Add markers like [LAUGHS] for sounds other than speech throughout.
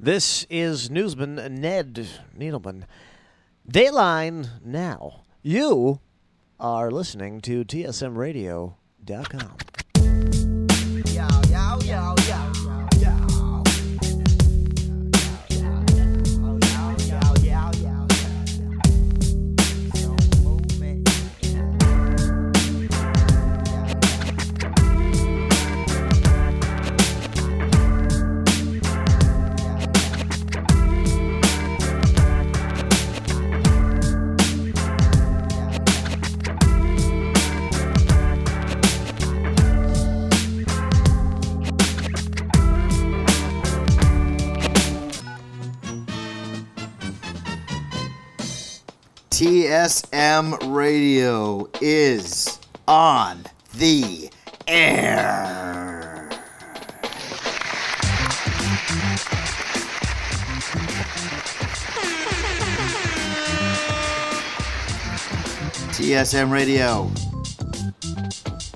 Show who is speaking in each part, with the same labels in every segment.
Speaker 1: This is newsman Ned Needleman. Dayline now. You are listening to tsmradio.com.
Speaker 2: Yo, yo, yo, yo, yo, yo. Yo, yo, yo, yo, yo, yo. So move it.
Speaker 3: TSM Radio is on the air. TSM Radio,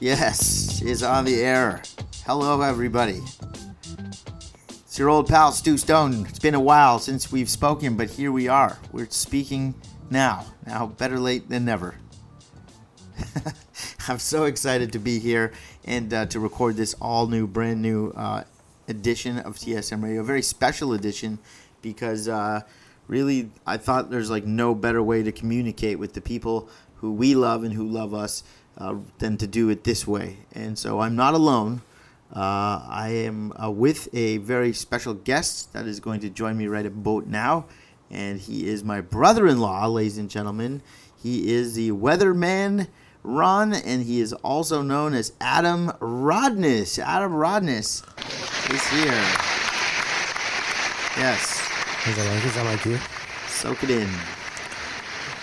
Speaker 3: yes, is on the air. Hello, everybody. It's your old pal Stu Stone. It's been a while since we've spoken, but here we are. We're speaking now. Now, better late than never. [LAUGHS] I'm so excited to be here and uh, to record this all new, brand new uh, edition of TSM Radio. A very special edition because uh, really, I thought there's like no better way to communicate with the people who we love and who love us uh, than to do it this way. And so I'm not alone. Uh, I am uh, with a very special guest that is going to join me right about now, and he is my brother-in-law, ladies and gentlemen. He is the weatherman Ron, and he is also known as Adam Rodness. Adam Rodness is here. Yes,
Speaker 4: Is that, like, is that my cue?
Speaker 3: soak it in.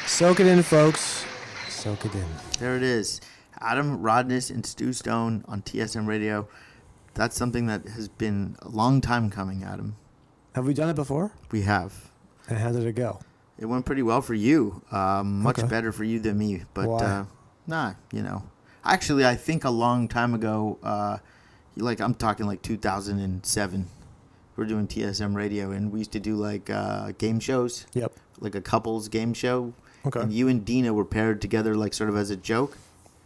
Speaker 4: Soak it in, folks. Soak it in.
Speaker 3: There it is. Adam Rodness and Stu Stone on TSM Radio. That's something that has been a long time coming, Adam.
Speaker 4: Have we done it before?
Speaker 3: We have.
Speaker 4: And how did it go?
Speaker 3: It went pretty well for you. Uh, much
Speaker 4: Okay.
Speaker 3: better for you than me. But
Speaker 4: Why?
Speaker 3: Uh, nah, you know. Actually, I think a long time ago, uh, like I'm talking like 2007, we are doing TSM radio, and we used to do like uh, game shows,
Speaker 4: Yep.
Speaker 3: like a couples game show.
Speaker 4: Okay.
Speaker 3: And you and Dina were paired together, like sort of as a joke.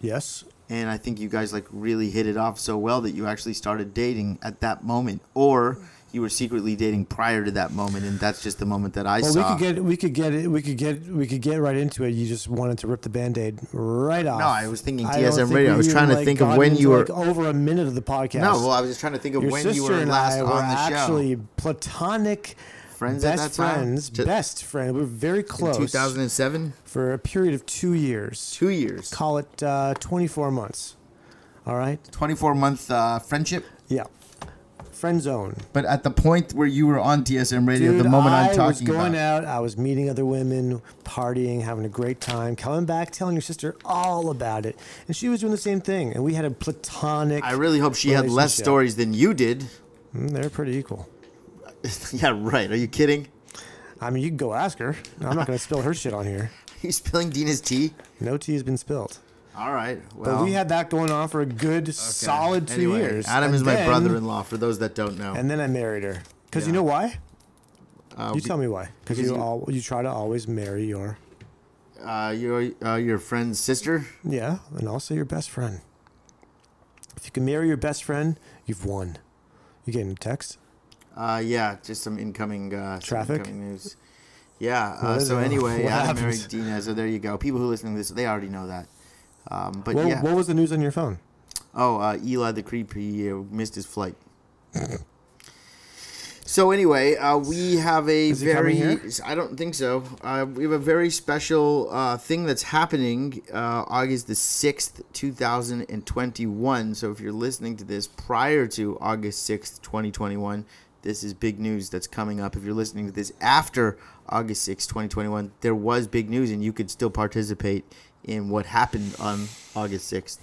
Speaker 4: Yes.
Speaker 3: And I think you guys like really hit it off so well that you actually started dating at that moment, or you were secretly dating prior to that moment, and that's just the moment that I
Speaker 4: Well,
Speaker 3: saw.
Speaker 4: we could get we could get it we could get we could get right into it. You just wanted to rip the band-aid right off.
Speaker 3: I was thinking
Speaker 4: don't
Speaker 3: TSM
Speaker 4: think
Speaker 3: radio. I
Speaker 4: we
Speaker 3: was
Speaker 4: even,
Speaker 3: trying to
Speaker 4: like,
Speaker 3: think of
Speaker 4: gotten
Speaker 3: when
Speaker 4: into,
Speaker 3: you were-
Speaker 4: like, over a minute of the podcast.
Speaker 3: No, well, I was just trying to think of
Speaker 4: Your
Speaker 3: when
Speaker 4: sister
Speaker 3: you were
Speaker 4: and
Speaker 3: last
Speaker 4: I
Speaker 3: on
Speaker 4: were
Speaker 3: the
Speaker 4: actually
Speaker 3: show.
Speaker 4: platonic
Speaker 3: Friends at
Speaker 4: best
Speaker 3: that time?
Speaker 4: friends,
Speaker 3: Ju-
Speaker 4: best friend. We were very
Speaker 3: In
Speaker 4: close
Speaker 3: 2007,
Speaker 4: for a period of two years.
Speaker 3: two years,
Speaker 4: Call it uh, twenty-four months. All right.
Speaker 3: 24 month uh, friendship.
Speaker 4: Yeah. Friend zone.
Speaker 3: But at the point where you were on TSM radio,
Speaker 4: Dude,
Speaker 3: the moment
Speaker 4: I
Speaker 3: I'm talking
Speaker 4: was going
Speaker 3: about,
Speaker 4: out. I was meeting other women, partying, having a great time. Coming back, telling your sister all about it, and she was doing the same thing. And we had a platonic.
Speaker 3: I really hope she had less
Speaker 4: relationship.
Speaker 3: stories than you did. [LAUGHS]
Speaker 4: Mm, they're pretty equal.
Speaker 3: yeah, right. Are you kidding? [LAUGHS]
Speaker 4: I mean, you can go ask her. I'm not going to spill her shit on here.
Speaker 3: Are you spilling Dina's tea?
Speaker 4: No tea has been spilled.
Speaker 3: All right.
Speaker 4: But
Speaker 3: Well,
Speaker 4: we had that going on for a good,
Speaker 3: okay.
Speaker 4: solid two
Speaker 3: Anyway,
Speaker 4: years.
Speaker 3: Adam
Speaker 4: And
Speaker 3: is my
Speaker 4: then-
Speaker 3: brother-in-law. For those that don't know,
Speaker 4: And then I married her. Because you
Speaker 3: Yeah.
Speaker 4: know why?
Speaker 3: uh,
Speaker 4: You
Speaker 3: be-
Speaker 4: tell me why. Because
Speaker 3: because
Speaker 4: you,
Speaker 3: you-
Speaker 4: all you try to always marry your
Speaker 3: uh, your uh, your friend's sister.
Speaker 4: Yeah, and also your best friend. If you can marry your best friend, you've won. You getting a text?
Speaker 3: Uh, yeah, just some incoming uh, some
Speaker 4: Traffic?
Speaker 3: incoming news. Yeah. Uh,
Speaker 4: What is
Speaker 3: so
Speaker 4: it?
Speaker 3: anyway,
Speaker 4: What
Speaker 3: Adam
Speaker 4: happened?
Speaker 3: married Dina. So there you go. People who listen to this, they already know that. Um, but
Speaker 4: Well,
Speaker 3: yeah.
Speaker 4: What was the news on your phone?
Speaker 3: Oh, uh, Eli the creepy uh, missed his
Speaker 4: [LAUGHS]
Speaker 3: flight. so anyway, uh, we have a
Speaker 4: Is he
Speaker 3: very.
Speaker 4: coming here?
Speaker 3: I don't think so. Uh, we have a very special uh, thing that's happening uh, August the sixth, two thousand and twenty-one. So if you're listening to this prior to August sixth, twenty twenty-one. This is big news that's coming up. If you're listening to this after August sixth, twenty 2021, there was big news and you could still participate in what happened on August 6th,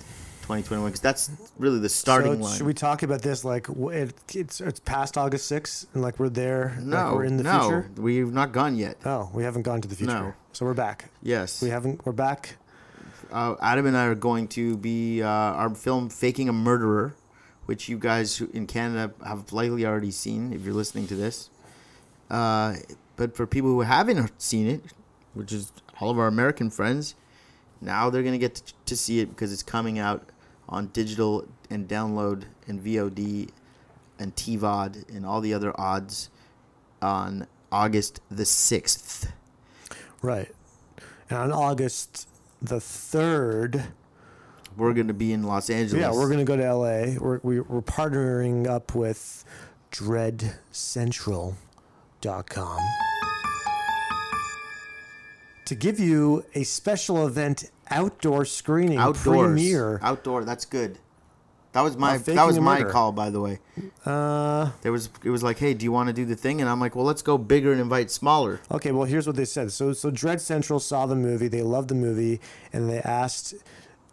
Speaker 3: 2021, because that's really the starting
Speaker 4: so
Speaker 3: line.
Speaker 4: should we talk about this like wh- it, it's it's past August 6th and like we're there?
Speaker 3: no,
Speaker 4: like we're in the
Speaker 3: no,
Speaker 4: future.
Speaker 3: we've not gone yet.
Speaker 4: Oh, we haven't gone to the future.
Speaker 3: No.
Speaker 4: So we're back.
Speaker 3: Yes.
Speaker 4: We haven't. We're back.
Speaker 3: uh, Adam and I are going to be uh, our film "Faking a Murderer," which you guys who- in Canada have likely already seen if you're listening to this. Uh, but for people who haven't seen it, which is all of our American friends, now they're gonna get to, to see it because it's coming out on digital and download and VOD and TVOD and all the other odds on August the sixth.
Speaker 4: Right. And on August the 3rd,
Speaker 3: We're gonna be in Los Angeles.
Speaker 4: yeah, we're going to go to LA. We're, we- we're partnering up with dreadcentral.com to give you a special event outdoor screening
Speaker 3: outdoors.
Speaker 4: premiere.
Speaker 3: Outdoor. That's good. That was my
Speaker 4: Of faking
Speaker 3: that was
Speaker 4: a
Speaker 3: my
Speaker 4: murder.
Speaker 3: call, by the way. Uh, there was it was like, hey, do you want to do the thing? And I'm like, well, let's go bigger and invite smaller.
Speaker 4: Okay, well, here's what they said. So, so Dread Central saw the movie, they loved the movie, and they asked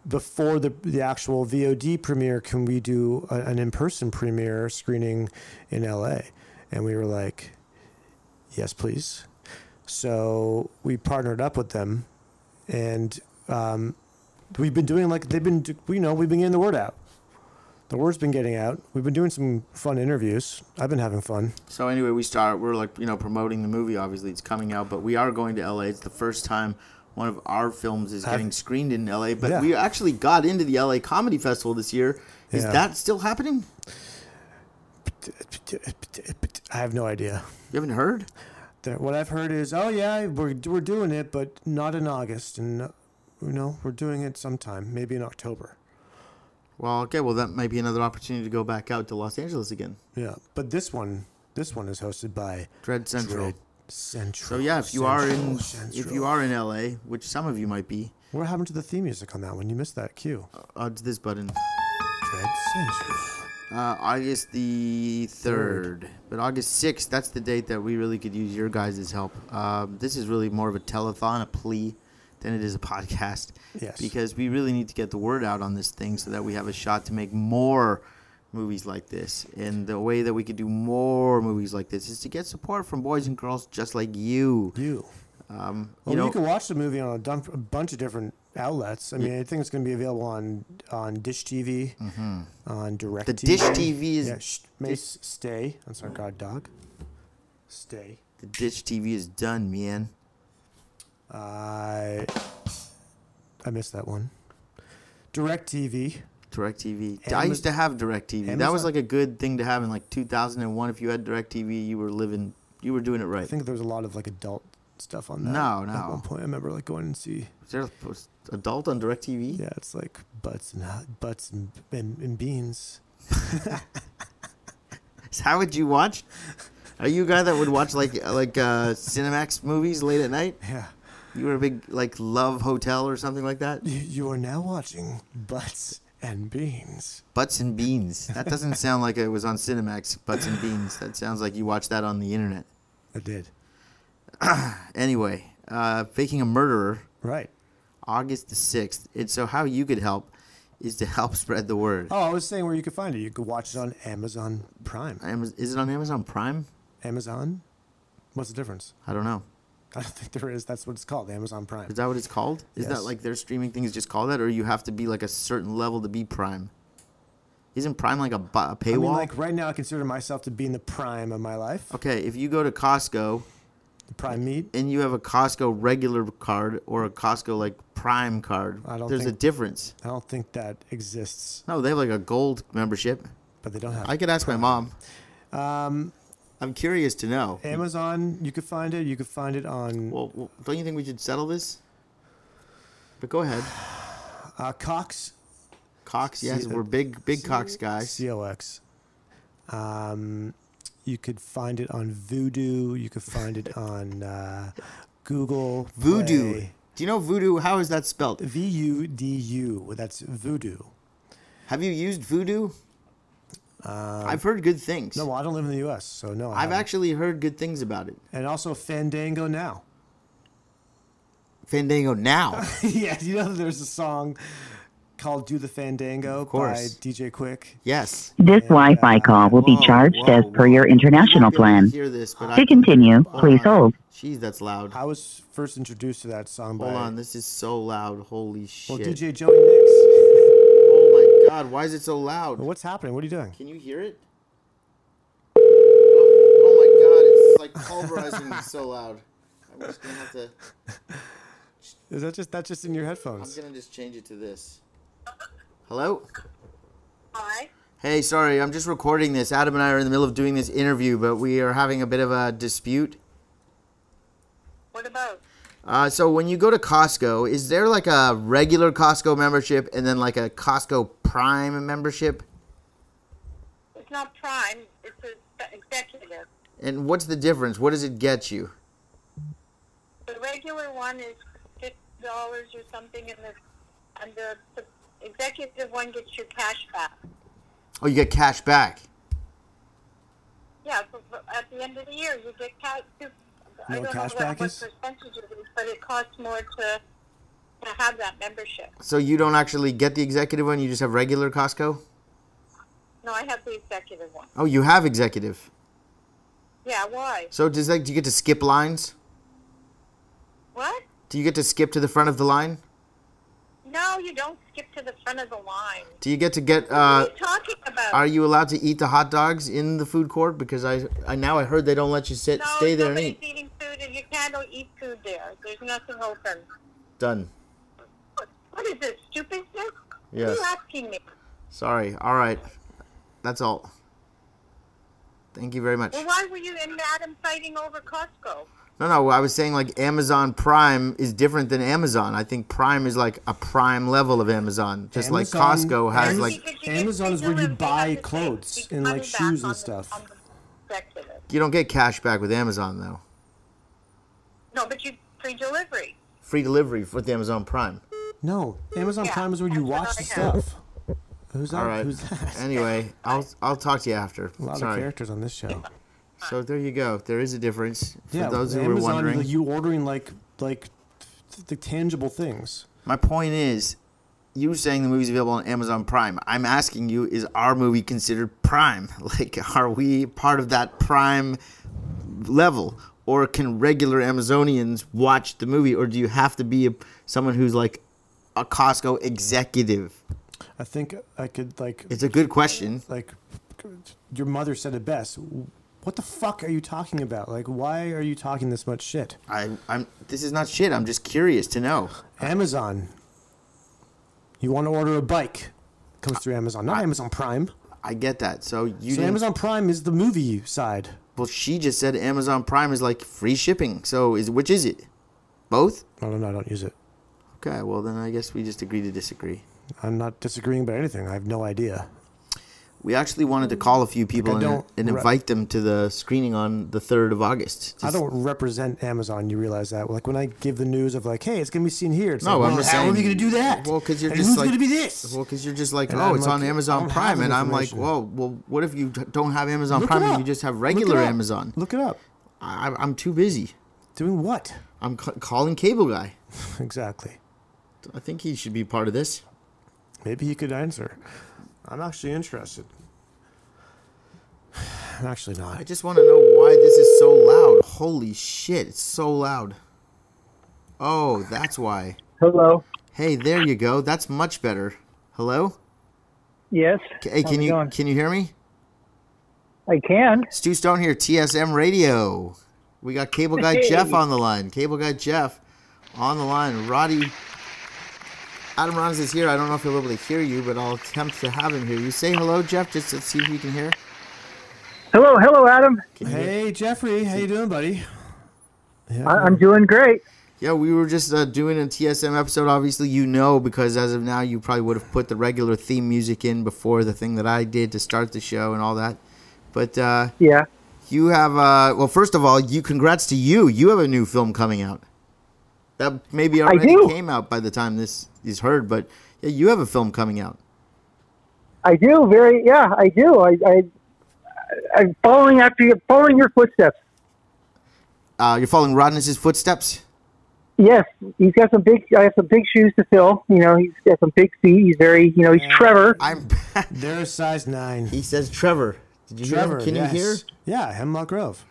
Speaker 4: before the the actual VOD premiere, can we do a, an in person premiere screening in LA? And we were like, yes, please. So we partnered up with them, and um, we've been doing like they've been, do- you know, we've been getting the word out. The word's been getting out. We've been doing some fun interviews. I've been having fun.
Speaker 3: So anyway, we start. We're like, you know, promoting the movie. Obviously, it's coming out, but we are going to LA. It's the first time one of our films is getting screened in LA. But
Speaker 4: Yeah.
Speaker 3: we actually got into the LA Comedy Festival this year. Is
Speaker 4: Yeah.
Speaker 3: that still happening?
Speaker 4: I have no idea.
Speaker 3: You haven't heard?
Speaker 4: that what I've heard is, oh yeah, we're we're doing it, but not in August, and uh, you know we're doing it sometime, maybe in October.
Speaker 3: Well, okay. Well, that might be another opportunity to go back out to Los Angeles again.
Speaker 4: Yeah, but this one, this one is hosted by
Speaker 3: Dread Central.
Speaker 4: Dread Central.
Speaker 3: So yeah, if you are in
Speaker 4: Central, Oh,
Speaker 3: if you
Speaker 4: Central.
Speaker 3: are in LA, which some of you might be,
Speaker 4: what happened to the theme music on that one? You missed that cue.
Speaker 3: odds this button.
Speaker 4: Dread Central.
Speaker 3: Uh, August the third, but August sixth. That's the date that we really could use your guys' help. Um, this is really more of a telethon, a plea, than it is a podcast.
Speaker 4: Yes.
Speaker 3: Because we really need to get the word out on this thing so that we have a shot to make more movies like this. And the way that we could do more movies like this is to get support from boys and girls just like you.
Speaker 4: You.
Speaker 3: Um,
Speaker 4: Well,
Speaker 3: you
Speaker 4: you,
Speaker 3: know,
Speaker 4: can watch the movie on a, dump, a bunch of different outlets. I mean, I think it's going to be available on on Dish TV, on Direct.
Speaker 3: Mm-hmm. the Dish TV is
Speaker 4: Yeah, sh- Mace, stay. I'm sorry, God Dog. Stay.
Speaker 3: the Dish TV is done, man.
Speaker 4: I I missed that one. Direct TV.
Speaker 3: DirecTV. I
Speaker 4: Amaz-
Speaker 3: used to have DirecTV. That was
Speaker 4: Amazon-
Speaker 3: like a good thing to have in like 2001. If you had DirecTV, you were living, you were doing it right.
Speaker 4: I think there was a lot of like adult stuff on that.
Speaker 3: No,
Speaker 4: At
Speaker 3: no.
Speaker 4: one point, I remember like going and see.
Speaker 3: was there was adult on DirecTV?
Speaker 4: Yeah, it's like butts and hot- butts and, and, and beans.
Speaker 3: So How would you watch? Are you a guy that would watch like like uh, Cinemax movies late at night?
Speaker 4: Yeah.
Speaker 3: You were a big like Love Hotel or something like that.
Speaker 4: You, you are now watching butts and beans.
Speaker 3: Butts and Beans. That doesn't sound like it was on Cinemax. Butts and Beans. That sounds like you watched that on the internet.
Speaker 4: I did.
Speaker 3: Anyway, uh, faking a murderer.
Speaker 4: Right.
Speaker 3: August the 6th. And so, how you could help is to [LAUGHS] help spread the word.
Speaker 4: Oh, I was saying where you could find it. You could watch it on Amazon Prime.
Speaker 3: Amaz- Is it on Amazon Prime?
Speaker 4: Amazon. What's the difference?
Speaker 3: I don't know.
Speaker 4: I don't think there is. That's what it's called. Amazon Prime.
Speaker 3: Is that what it's called? Is that
Speaker 4: Yes.
Speaker 3: like their streaming thing is just called that, or you have to be like a certain level to be Prime? Isn't Prime like a, bu- a paywall?
Speaker 4: I mean, like right now, I consider myself to be in the prime of my life.
Speaker 3: okay, if you go to Costco
Speaker 4: The prime meat.
Speaker 3: and you have a Costco regular card or a Costco like Prime card,
Speaker 4: I don't
Speaker 3: there's a
Speaker 4: think-
Speaker 3: difference.
Speaker 4: I don't think that exists,
Speaker 3: No, they have like a gold membership.
Speaker 4: but they don't have.
Speaker 3: I could ask my mom. Um,
Speaker 4: Um,
Speaker 3: I'm curious to know.
Speaker 4: Amazon. You could find it. You could find it on
Speaker 3: Well, well, don't you think we should settle this? But go ahead,
Speaker 4: uh, Cox [SIGHS]
Speaker 3: Cox. Yes,
Speaker 4: See, uh,
Speaker 3: we're big, big Cox guys.
Speaker 4: C O X. Um, you could find it on Voodoo. You could find it on uh, Google
Speaker 3: Voodoo.
Speaker 4: Play.
Speaker 3: Do you know voodoo? How is that spelled?
Speaker 4: V U D U. That's Voodoo.
Speaker 3: Have you used voodoo? I've heard good things.
Speaker 4: Uh, No, well, I don't live in the U.S., so no. I
Speaker 3: I've
Speaker 4: haven't.
Speaker 3: actually heard good things about it.
Speaker 4: and also Fandango now.
Speaker 3: Fandango
Speaker 4: [LAUGHS]
Speaker 3: now.
Speaker 4: yeah, you know there's a song called "Do the Fandango" by
Speaker 3: course.
Speaker 4: DJ Quick. Uh,
Speaker 3: yes.
Speaker 5: This Wi-Fi call will be
Speaker 3: Whoa,
Speaker 5: charged
Speaker 3: whoa,
Speaker 5: as per
Speaker 3: whoa.
Speaker 5: your
Speaker 3: You won't
Speaker 5: international
Speaker 3: be able to
Speaker 5: plan.
Speaker 3: Hear this, but I,
Speaker 5: To continue, please hold.
Speaker 3: Jeez, that's loud.
Speaker 4: I was first introduced to that song by
Speaker 3: Hold on, this is so loud. Holy shit.
Speaker 4: well DJ Joey Nicks.
Speaker 3: Oh my god, why is it so loud?
Speaker 4: What's happening? What are you doing?
Speaker 3: Can you hear it? Oh, oh my god, it's like pulverizing me so loud. I'm just gonna have to.
Speaker 4: Is that just that's just in your
Speaker 3: I'm
Speaker 4: headphones?
Speaker 3: gonna just change it to this. Hello.
Speaker 6: Hi.
Speaker 3: Hey, sorry, I'm just recording this. Adam and I are in the middle of doing this interview, but we are having a bit of a dispute.
Speaker 6: What about?
Speaker 3: Uh, so when you go to Costco, is there like a regular Costco membership and then like a Costco Prime membership?
Speaker 6: It's not prime. It's a spe- executive.
Speaker 3: And what's the difference? What does it get you?
Speaker 6: The regular one is fifty dollars or something, and the and the, the executive one gets your cash back.
Speaker 3: Oh, you get cash back.
Speaker 6: Yeah, for, for- at the end of the year, you get cash. You I
Speaker 4: You know what
Speaker 6: don't know
Speaker 4: cash
Speaker 6: what,
Speaker 4: back
Speaker 6: what
Speaker 4: is?
Speaker 6: percentage it is, but it costs more to to have that membership.
Speaker 3: So you don't actually get the executive one, you just have regular Costco?
Speaker 6: No, I have the executive one.
Speaker 3: Oh, you have executive.
Speaker 6: Yeah, why?
Speaker 3: So does that do you get to skip lines?
Speaker 6: What?
Speaker 3: Do you get to skip to the front of the line?
Speaker 6: No, you don't skip to the front of the line.
Speaker 3: Do you get to get uh
Speaker 6: what are you talking about?
Speaker 3: are you allowed to eat the hot dogs in the food court? Because I, I now I heard they don't let you sit
Speaker 6: no,
Speaker 3: stay there and
Speaker 6: nobody's
Speaker 3: eat.
Speaker 6: eating food, and you can't eat food there. There's nothing open.
Speaker 3: Done.
Speaker 6: What- What is this stupidness? What are
Speaker 3: Yes.
Speaker 6: you asking me?
Speaker 3: Sorry. All right. That's all. Thank you very much.
Speaker 6: Well, why were you and Adam fighting over Costco?
Speaker 3: No, no. I was saying like Amazon Prime is different than Amazon. I think Prime is like a prime level of Amazon, just like
Speaker 4: Amazon-
Speaker 3: Costco has
Speaker 6: Because
Speaker 4: Amazon-
Speaker 3: like.
Speaker 6: you get
Speaker 4: Amazon is
Speaker 6: free
Speaker 4: where you
Speaker 6: delivery, they
Speaker 4: buy
Speaker 6: have to take
Speaker 4: clothes
Speaker 6: big
Speaker 4: and, like,
Speaker 6: money back
Speaker 4: shoes and
Speaker 6: on the-
Speaker 4: stuff.
Speaker 6: on the executive.
Speaker 3: You don't get cash back with Amazon though.
Speaker 6: No, but you free delivery.
Speaker 3: Free delivery with Amazon Prime.
Speaker 4: No, Amazon
Speaker 6: Yeah,
Speaker 4: Prime is where you
Speaker 6: that's what
Speaker 4: watch the
Speaker 6: I have.
Speaker 4: stuff. Who's that?
Speaker 3: All right.
Speaker 4: Who's that? [LAUGHS]
Speaker 3: Anyway, I'll I'll talk to you after.
Speaker 4: A lot of
Speaker 3: Eh, Sorry.
Speaker 4: characters on this show.
Speaker 3: So there you go. There is a difference for
Speaker 4: yeah,
Speaker 3: those who
Speaker 4: Amazon
Speaker 3: were
Speaker 4: is
Speaker 3: wondering.
Speaker 4: like you ordering like like th- the tangible things.
Speaker 3: My point is, you saying the movie's available on Amazon Prime. I'm asking you, is our movie considered Prime? [LAUGHS] Like, are we part of that Prime level? Or can regular Amazonians watch the movie? Or do you have to be a, someone who's like a Costco executive?
Speaker 4: I think I could like
Speaker 3: It's a good question.
Speaker 4: like your mother said it best. What the fuck are you talking about? Like, why are you talking this much shit?
Speaker 3: I, I'm. This is not shit. I'm just curious to know.
Speaker 4: Amazon. You want to order a bike? Comes through Amazon, not Amazon Prime.
Speaker 3: I get that. So you.
Speaker 4: So
Speaker 3: didn't-
Speaker 4: Amazon Prime is the movie side.
Speaker 3: Well, she just said Amazon Prime is like free shipping. So is which is it? Both?
Speaker 4: No, no, no, I don't use it.
Speaker 3: Okay. Well, then I guess we just agree to disagree.
Speaker 4: I'm not disagreeing about anything. I have no idea.
Speaker 3: We actually wanted to call a few people
Speaker 4: I
Speaker 3: and,
Speaker 4: don't
Speaker 3: and
Speaker 4: re-
Speaker 3: invite them to the screening on the 3rd of August.
Speaker 4: I
Speaker 3: Just-
Speaker 4: don't represent Amazon. You realize that? Like when I give the news of like, hey, it's gonna be seen here. It's
Speaker 3: No,
Speaker 4: like,
Speaker 3: I'm
Speaker 4: well,
Speaker 3: just
Speaker 4: how are we
Speaker 3: saying-
Speaker 4: gonna do that?
Speaker 3: Well, 'cause you're
Speaker 4: and
Speaker 3: just
Speaker 4: who's
Speaker 3: like-
Speaker 4: gonna be this?
Speaker 3: Well, because you're just like,
Speaker 4: And
Speaker 3: oh,
Speaker 4: I'm
Speaker 3: it's
Speaker 4: like,
Speaker 3: on
Speaker 4: I
Speaker 3: Amazon
Speaker 4: don't have
Speaker 3: Prime,
Speaker 4: the
Speaker 3: and I'm like,
Speaker 4: information.
Speaker 3: whoa, well, what if you d- don't have Amazon
Speaker 4: Look it
Speaker 3: Prime
Speaker 4: up.
Speaker 3: and you just have
Speaker 4: Look it
Speaker 3: regular
Speaker 4: up.
Speaker 3: Amazon?
Speaker 4: Look it up.
Speaker 3: I, I'm too busy.
Speaker 4: Doing what? [LAUGHS]
Speaker 3: I'm c- calling Cable Guy.
Speaker 4: Exactly.
Speaker 3: I think he should be part of this.
Speaker 4: Maybe he could answer. I'm actually interested. I'm [SIGHS] actually
Speaker 3: I
Speaker 4: not.
Speaker 3: just want to know why this is so loud. Holy shit, it's so loud. Oh, that's why.
Speaker 7: Hello.
Speaker 3: Hey, there you go. That's much better. Hello?
Speaker 7: Yes.
Speaker 3: C- Hey,
Speaker 7: How's
Speaker 3: can
Speaker 7: it
Speaker 3: you
Speaker 7: going?
Speaker 3: can you hear me?
Speaker 7: I can.
Speaker 3: Stu Stone here, TSM Radio. We got cable guy
Speaker 7: Hey.
Speaker 3: Jeff on the line. Cable guy Jeff on the line. Roddy Adam Rollins is here. I don't know if he'll be able to hear you, but I'll attempt to have him hear you. Say hello, Jeff, just to see if you can hear.
Speaker 7: Hello, hello, Adam.
Speaker 4: Hey Jeffrey, how you doing, buddy? Yeah,
Speaker 7: I- I'm doing great.
Speaker 3: Yeah, we were just uh, doing a TSM episode. Obviously, you know because as of now, you probably would have put the regular theme music in before the thing that I did to start the show and all that. But uh,
Speaker 7: Yeah.
Speaker 3: you have uh, well, first of all, you congrats to you. You have a new film coming out. That maybe already
Speaker 7: do.
Speaker 3: came out by the time this is heard, but yeah, you have a film coming out.
Speaker 7: I do very. Yeah, I do. I, I I'm following after you, following your footsteps.
Speaker 3: Uh, you're following Rodness's footsteps.
Speaker 7: Yes, he's got some big. I have some big shoes to fill. You know, he's got some big feet. He's very. You know, he's Trevor.
Speaker 3: I'm. [LAUGHS]
Speaker 4: They're a size nine.
Speaker 3: he says Trevor. Did you
Speaker 4: Trevor,
Speaker 3: hear? him? Can
Speaker 4: yes.
Speaker 3: you hear?
Speaker 4: Yeah, Hemlock Grove.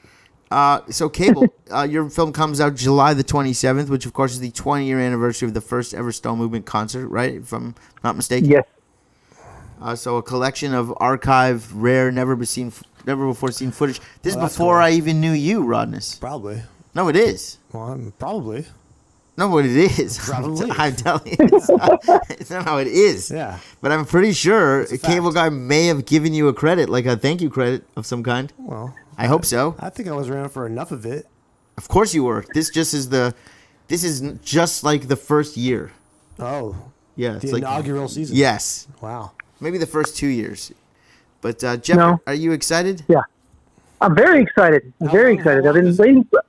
Speaker 3: Uh, so cable, uh, your film comes out July the twenty seventh, which of course is the twenty year anniversary of the first ever Stone Movement concert, right? If I'm not mistaken.
Speaker 7: Yes.
Speaker 3: Uh, so a collection of archived, rare, never be seen f- never before seen footage. This is before I even knew you, Rodness.
Speaker 4: Probably.
Speaker 3: No, it is.
Speaker 4: Well, I'm probably.
Speaker 3: No, what it is. [LAUGHS]
Speaker 4: Probably.
Speaker 3: I'm telling you, it's not, it's not how it is.
Speaker 4: Yeah.
Speaker 3: But I'm pretty sure
Speaker 4: a
Speaker 3: Cable Guy may have given you a credit, like a thank you credit of some kind.
Speaker 4: Well,
Speaker 3: I hope so.
Speaker 4: I think I was around for enough of it.
Speaker 3: Of course you were. This just is the, this is n- just like the first year.
Speaker 4: Oh,
Speaker 3: Yeah, it's
Speaker 4: the
Speaker 3: like
Speaker 4: inaugural season.
Speaker 3: yes,
Speaker 4: Wow.
Speaker 3: maybe the first two years. But uh, Jeff,
Speaker 7: No.
Speaker 3: are you excited?
Speaker 7: Yeah. I'm very excited. I'm
Speaker 4: How
Speaker 7: very
Speaker 3: Oh,
Speaker 4: long- how
Speaker 7: excited.
Speaker 4: long
Speaker 7: I've been
Speaker 4: is it?
Speaker 7: waiting. For,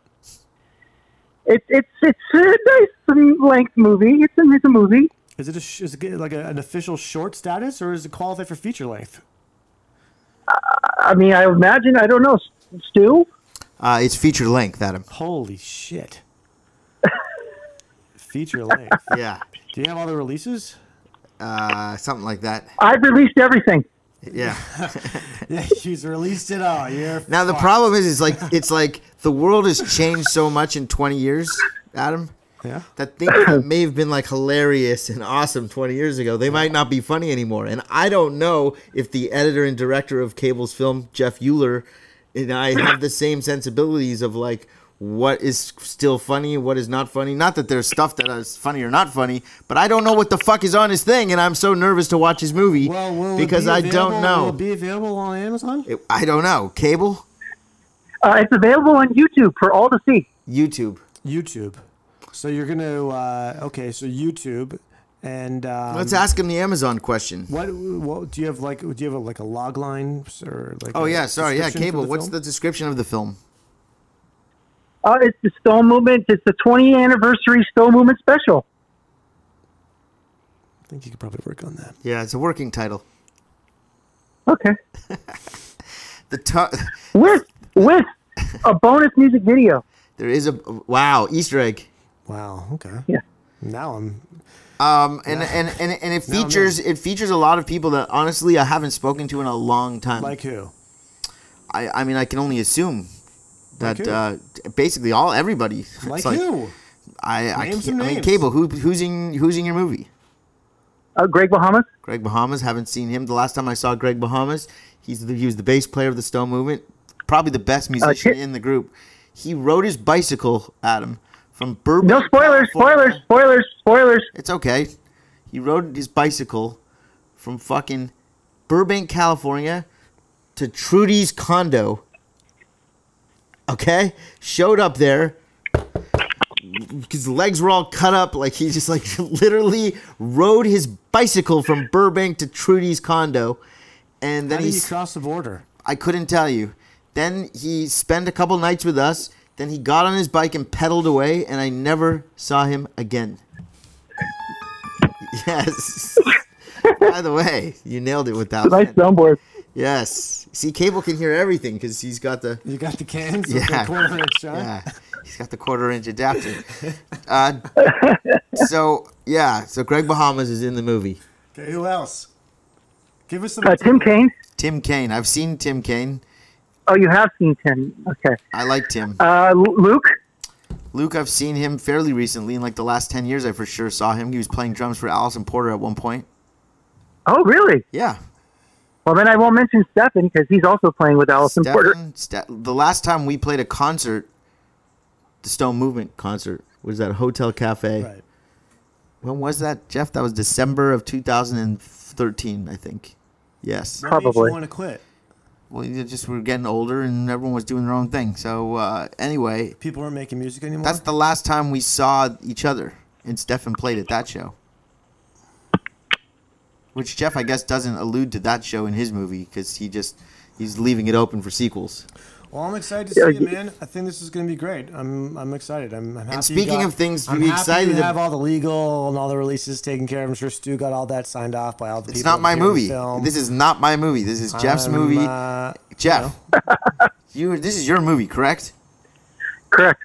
Speaker 7: it's it's it's a nice length movie. It's a it's a movie.
Speaker 4: Is it a sh- is it get- like a, an official short status or is it qualified for feature length?
Speaker 7: I mean, I imagine. I don't know. S- Stu.
Speaker 3: Uh, it's feature length, Adam.
Speaker 4: Holy shit. [LAUGHS] feature length.
Speaker 3: Yeah,
Speaker 4: Do you have all the releases?
Speaker 3: uh, something like that.
Speaker 7: I've released everything.
Speaker 4: [LAUGHS]
Speaker 3: Yeah.
Speaker 4: Yeah, [LAUGHS] he's released it all. You're
Speaker 3: Now the
Speaker 4: fucked.
Speaker 3: problem is, it's like it's like the world has changed so much in 20 years, Adam.
Speaker 4: Yeah.
Speaker 3: That things
Speaker 4: [COUGHS]
Speaker 3: that may have been like hilarious and awesome 20 years ago, they might not be funny anymore. And I don't know if the editor and director of Cable's film, Jeff Euler, and I have the same sensibilities of like what is still funny and what is not funny. Not that there's stuff that is funny or not funny, but I don't know what the fuck is on his thing, and I'm so nervous to watch his movie
Speaker 4: Well, will it
Speaker 3: because
Speaker 4: be
Speaker 3: I don't
Speaker 4: available-
Speaker 3: know.
Speaker 4: Will it be available on Amazon?
Speaker 3: It- I don't know. Cable,
Speaker 7: Uh, it's available on YouTube for all to see.
Speaker 3: YouTube.
Speaker 4: YouTube. So you're gonna uh, okay. So YouTube and um,
Speaker 3: Let's ask him the Amazon question.
Speaker 4: What, what do you have like? Do you have a, like a log line or like?
Speaker 3: Oh
Speaker 4: a
Speaker 3: yeah, sorry, yeah,
Speaker 4: description for
Speaker 3: Cable. what's
Speaker 4: film?
Speaker 3: the description of the film?
Speaker 7: Uh, it's the Stone Movement. It's the 20th anniversary Stone Movement special.
Speaker 4: I think you could probably work on that.
Speaker 3: Yeah, it's a working title.
Speaker 7: Okay.
Speaker 3: The tu-
Speaker 7: With with a bonus music video.
Speaker 3: [LAUGHS] there is a wow Easter egg.
Speaker 4: Wow. Okay.
Speaker 7: Yeah.
Speaker 4: Now I'm.
Speaker 3: Um, and, and, and,
Speaker 4: [LAUGHS]
Speaker 3: and it features it features a lot of people that honestly I haven't spoken to in a long time.
Speaker 4: Like who?
Speaker 3: I, I mean I can only assume that
Speaker 4: Like who?
Speaker 3: uh, basically all everybody. [LAUGHS] It's
Speaker 4: Like, who?
Speaker 3: I I,
Speaker 4: Name
Speaker 3: can't,
Speaker 4: some
Speaker 3: I mean
Speaker 4: names.
Speaker 3: Cable. Who who's in who's in your movie?
Speaker 7: Uh, Greg Bahamas.
Speaker 3: Greg Bahamas. Haven't seen him. The last time I saw Greg Bahamas, he's the, he was the bass player of the Stone Movement, probably the
Speaker 7: Uh,
Speaker 3: best musician
Speaker 7: Ki-
Speaker 3: in the group. He rode his bicycle, Adam, from Burbank.
Speaker 7: No spoilers.
Speaker 3: California.
Speaker 7: Spoilers. Spoilers. Spoilers.
Speaker 3: It's okay. He rode his bicycle from fucking Burbank, California, to Trudy's condo. Okay, showed up there. His legs were all cut up, like he just like [LAUGHS] literally rode his bicycle from Burbank to Trudy's condo, and
Speaker 4: How
Speaker 3: then
Speaker 4: do you
Speaker 3: he's
Speaker 4: cross the border?
Speaker 3: I couldn't tell you. Then he spent a couple nights with us. Then he got on his bike and pedaled away, and I never saw him again. [LAUGHS] Yes. By the way, you nailed it with that.
Speaker 7: Nice
Speaker 3: one.
Speaker 7: soundboard.
Speaker 3: Yes. See, Cable can hear everything because he's got the
Speaker 4: You got the cans.
Speaker 3: Yeah.
Speaker 4: The quarter inch, huh?
Speaker 3: yeah. He's got the quarter inch adapter. Uh, so yeah. So Greg Bahamas is in the movie.
Speaker 4: Okay. Who else? Give us some.
Speaker 7: Uh, Tim Kaine.
Speaker 3: Tim Kaine. I've seen Tim Kaine.
Speaker 7: Oh, you have seen Tim. Okay.
Speaker 3: I like Tim.
Speaker 7: Uh, Lu- Luke.
Speaker 3: Luke, I've seen him fairly recently. In like the last 10 years, I for sure saw him. He was playing drums for Allison Porter at one point.
Speaker 7: Oh, really?
Speaker 3: Yeah.
Speaker 7: Well, then I won't mention Stefan because he's also playing with Allison Porter.
Speaker 3: Stefan- Ste- the last time we played a concert, the Stone Movement concert, was at Hotel Cafe.
Speaker 4: Right.
Speaker 3: When was that, Jeff? That was December of 2013, I think. Yes.
Speaker 4: What made
Speaker 7: Probably.
Speaker 4: You want to quit?
Speaker 3: Well, you just we're getting older and everyone was doing their own thing. So, uh, anyway,
Speaker 4: People aren't making music anymore.
Speaker 3: that's the last time we saw each other. And Stefan played at that show. Which Jeff, I guess, doesn't allude to that show in his movie because he just he's leaving it open for sequels.
Speaker 4: Well, I'm excited to see
Speaker 7: Yeah,
Speaker 4: it,
Speaker 7: you-
Speaker 4: man. I think this is going to be great. I'm I'm excited. I'm, I'm happy. you
Speaker 3: speaking
Speaker 4: got-
Speaker 3: of things to
Speaker 4: I'm
Speaker 3: be
Speaker 4: happy
Speaker 3: excited
Speaker 4: you have
Speaker 3: ab-
Speaker 4: all the legal and all the releases taken care of. I'm sure Stu got all that signed off by all the people.
Speaker 3: It's not my
Speaker 4: here in the
Speaker 3: movie.
Speaker 4: film.
Speaker 3: This is not my movie. This is Jeff's
Speaker 4: I'm,
Speaker 3: movie.
Speaker 4: uh,
Speaker 3: Jeff, you this is your movie, correct?
Speaker 7: Correct.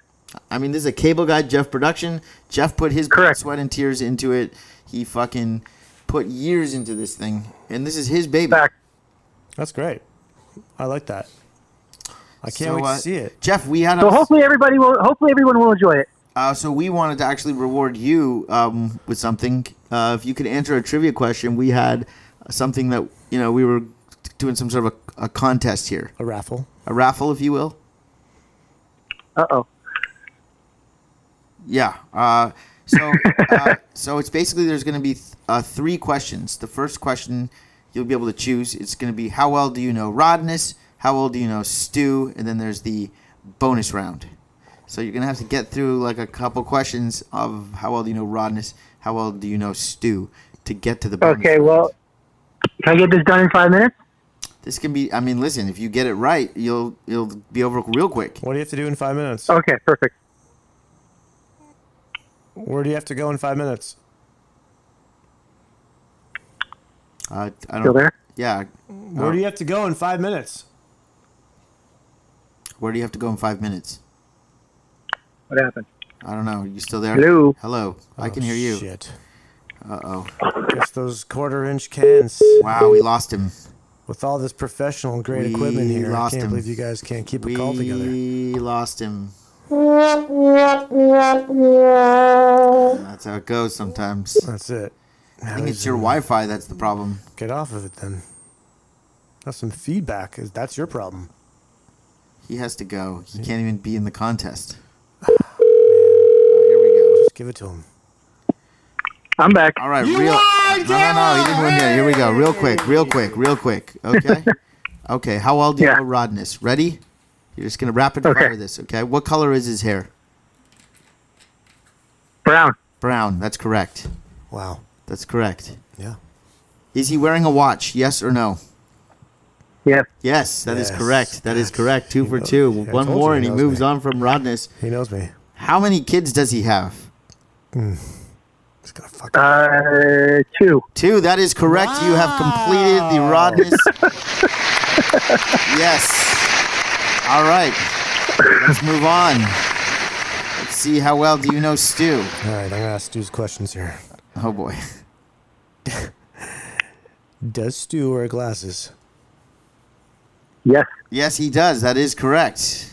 Speaker 3: I mean, this is a cable guy Jeff production. Jeff put his blood,
Speaker 7: Correct.
Speaker 3: sweat and tears into it. He fucking put years into this thing, and this is his baby.
Speaker 7: Back.
Speaker 4: that's great. I like that. I can't
Speaker 3: So,
Speaker 4: wait
Speaker 3: uh,
Speaker 4: to see it.
Speaker 3: Jeff, we had
Speaker 7: So
Speaker 3: a
Speaker 7: hopefully everybody will. Hopefully everyone will enjoy it.
Speaker 3: Uh, so we wanted to actually reward you um, with something. Uh, if you could answer a trivia question, we had something that you know we were doing some sort of a, a contest here,
Speaker 4: a raffle.
Speaker 3: a raffle, if you will.
Speaker 7: Uh oh.
Speaker 3: Yeah. Uh, so, uh, so it's basically there's going to be th- uh, three questions. The first question you'll be able to choose. It's going to be how well do you know Rodness? How well do you know Stu? And then there's the bonus round. So you're going to have to get through like a couple questions of how well do you know Rodness? How well do you know Stu? To get to the bonus
Speaker 7: Okay,
Speaker 3: round.
Speaker 7: well, can I get this done in five minutes?
Speaker 3: this can be. I mean, listen, if you get it right, you'll you'll be over real quick.
Speaker 4: What do you have to do in five minutes?
Speaker 3: Oh.
Speaker 7: Okay, perfect.
Speaker 4: Where do you have to go in five minutes?
Speaker 3: Uh, I don't.
Speaker 7: Still there?
Speaker 3: Yeah. Oh.
Speaker 4: Where do you have to go in five minutes?
Speaker 3: Where do you have to go in five minutes?
Speaker 7: What happened?
Speaker 3: I don't know. You still there?
Speaker 7: Hello.
Speaker 3: Hello. I
Speaker 4: Oh,
Speaker 3: can hear you.
Speaker 4: Shit.
Speaker 3: Uh oh.
Speaker 4: It's those quarter inch cans
Speaker 3: Wow, we lost him.
Speaker 4: with all this professional and great
Speaker 3: We
Speaker 4: equipment here. I
Speaker 3: lost
Speaker 4: can't
Speaker 3: him.
Speaker 4: believe you guys can't keep a
Speaker 3: We
Speaker 4: call together.
Speaker 3: lost him. That's how it goes sometimes.
Speaker 4: That's it.
Speaker 3: I think it's your
Speaker 4: uh,
Speaker 3: Wi-Fi that's the problem.
Speaker 4: Get off of it then. That's some feedback. Is That's your problem.
Speaker 3: He has to go. He can't even be in the
Speaker 4: [SIGHS]
Speaker 3: contest. Oh, here we go.
Speaker 4: Just give it to him.
Speaker 7: I'm back.
Speaker 3: All right, real. no, no, no, he didn't win yet. Here we go. Real quick, real quick, real quick. Okay. okay. How well do you
Speaker 7: Yeah.
Speaker 3: know Rodness? Ready? You're just gonna rapid fire
Speaker 7: Okay.
Speaker 3: this. Okay. What color is his hair?
Speaker 7: Brown.
Speaker 3: Brown. That's correct.
Speaker 4: Wow.
Speaker 3: That's correct.
Speaker 4: Yeah.
Speaker 3: Is he wearing a watch? Yes or no?
Speaker 7: Yes.
Speaker 3: Yes, that is
Speaker 4: Yes.
Speaker 3: correct. That is correct. Two for
Speaker 4: knows-
Speaker 3: two.
Speaker 4: I
Speaker 3: One
Speaker 4: told you
Speaker 3: more,
Speaker 4: he
Speaker 3: and he
Speaker 4: knows
Speaker 3: moves
Speaker 4: me.
Speaker 3: on from Rodness.
Speaker 4: He knows me.
Speaker 3: How many kids does he have?
Speaker 4: He's gonna fuck
Speaker 7: Uh, two.
Speaker 3: Two. That is correct. You have completed the Rodness. yes. All right. Let's move on. Let's see how well do you know Stu?
Speaker 4: All right, I'm gonna ask Stu's questions here.
Speaker 3: Oh boy.
Speaker 4: Does Stu wear glasses? [LAUGHS]
Speaker 7: Yes.
Speaker 3: Yes, he does. That is correct.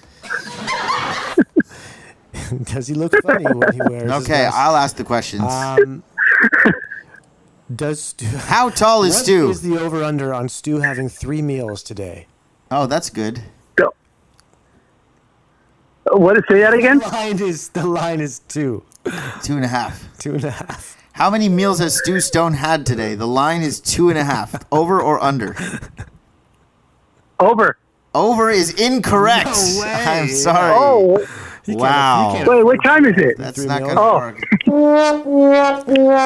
Speaker 4: Does he look funny when he wears? his
Speaker 3: Okay,
Speaker 4: glasses?
Speaker 3: I'll ask the questions.
Speaker 4: Um, does Stu?
Speaker 3: How tall is
Speaker 4: [LAUGHS] What
Speaker 3: Stu?
Speaker 4: is the over/under on Stu having three meals today? [LAUGHS]
Speaker 3: Oh, that's good.
Speaker 7: Go. What? Say that again.
Speaker 4: The line is the line is two,
Speaker 3: Two and a half.
Speaker 4: two and a half.
Speaker 3: How many meals has Stu Stone had today? The line is two and a half. Over or under?
Speaker 7: Over.
Speaker 3: Over is incorrect.
Speaker 4: No way.
Speaker 3: [LAUGHS] I'm sorry.
Speaker 7: Oh,
Speaker 3: wow.
Speaker 7: wait. What time is it?
Speaker 3: That's
Speaker 4: Three
Speaker 3: not going
Speaker 4: meals.
Speaker 3: to
Speaker 7: Oh.
Speaker 3: work.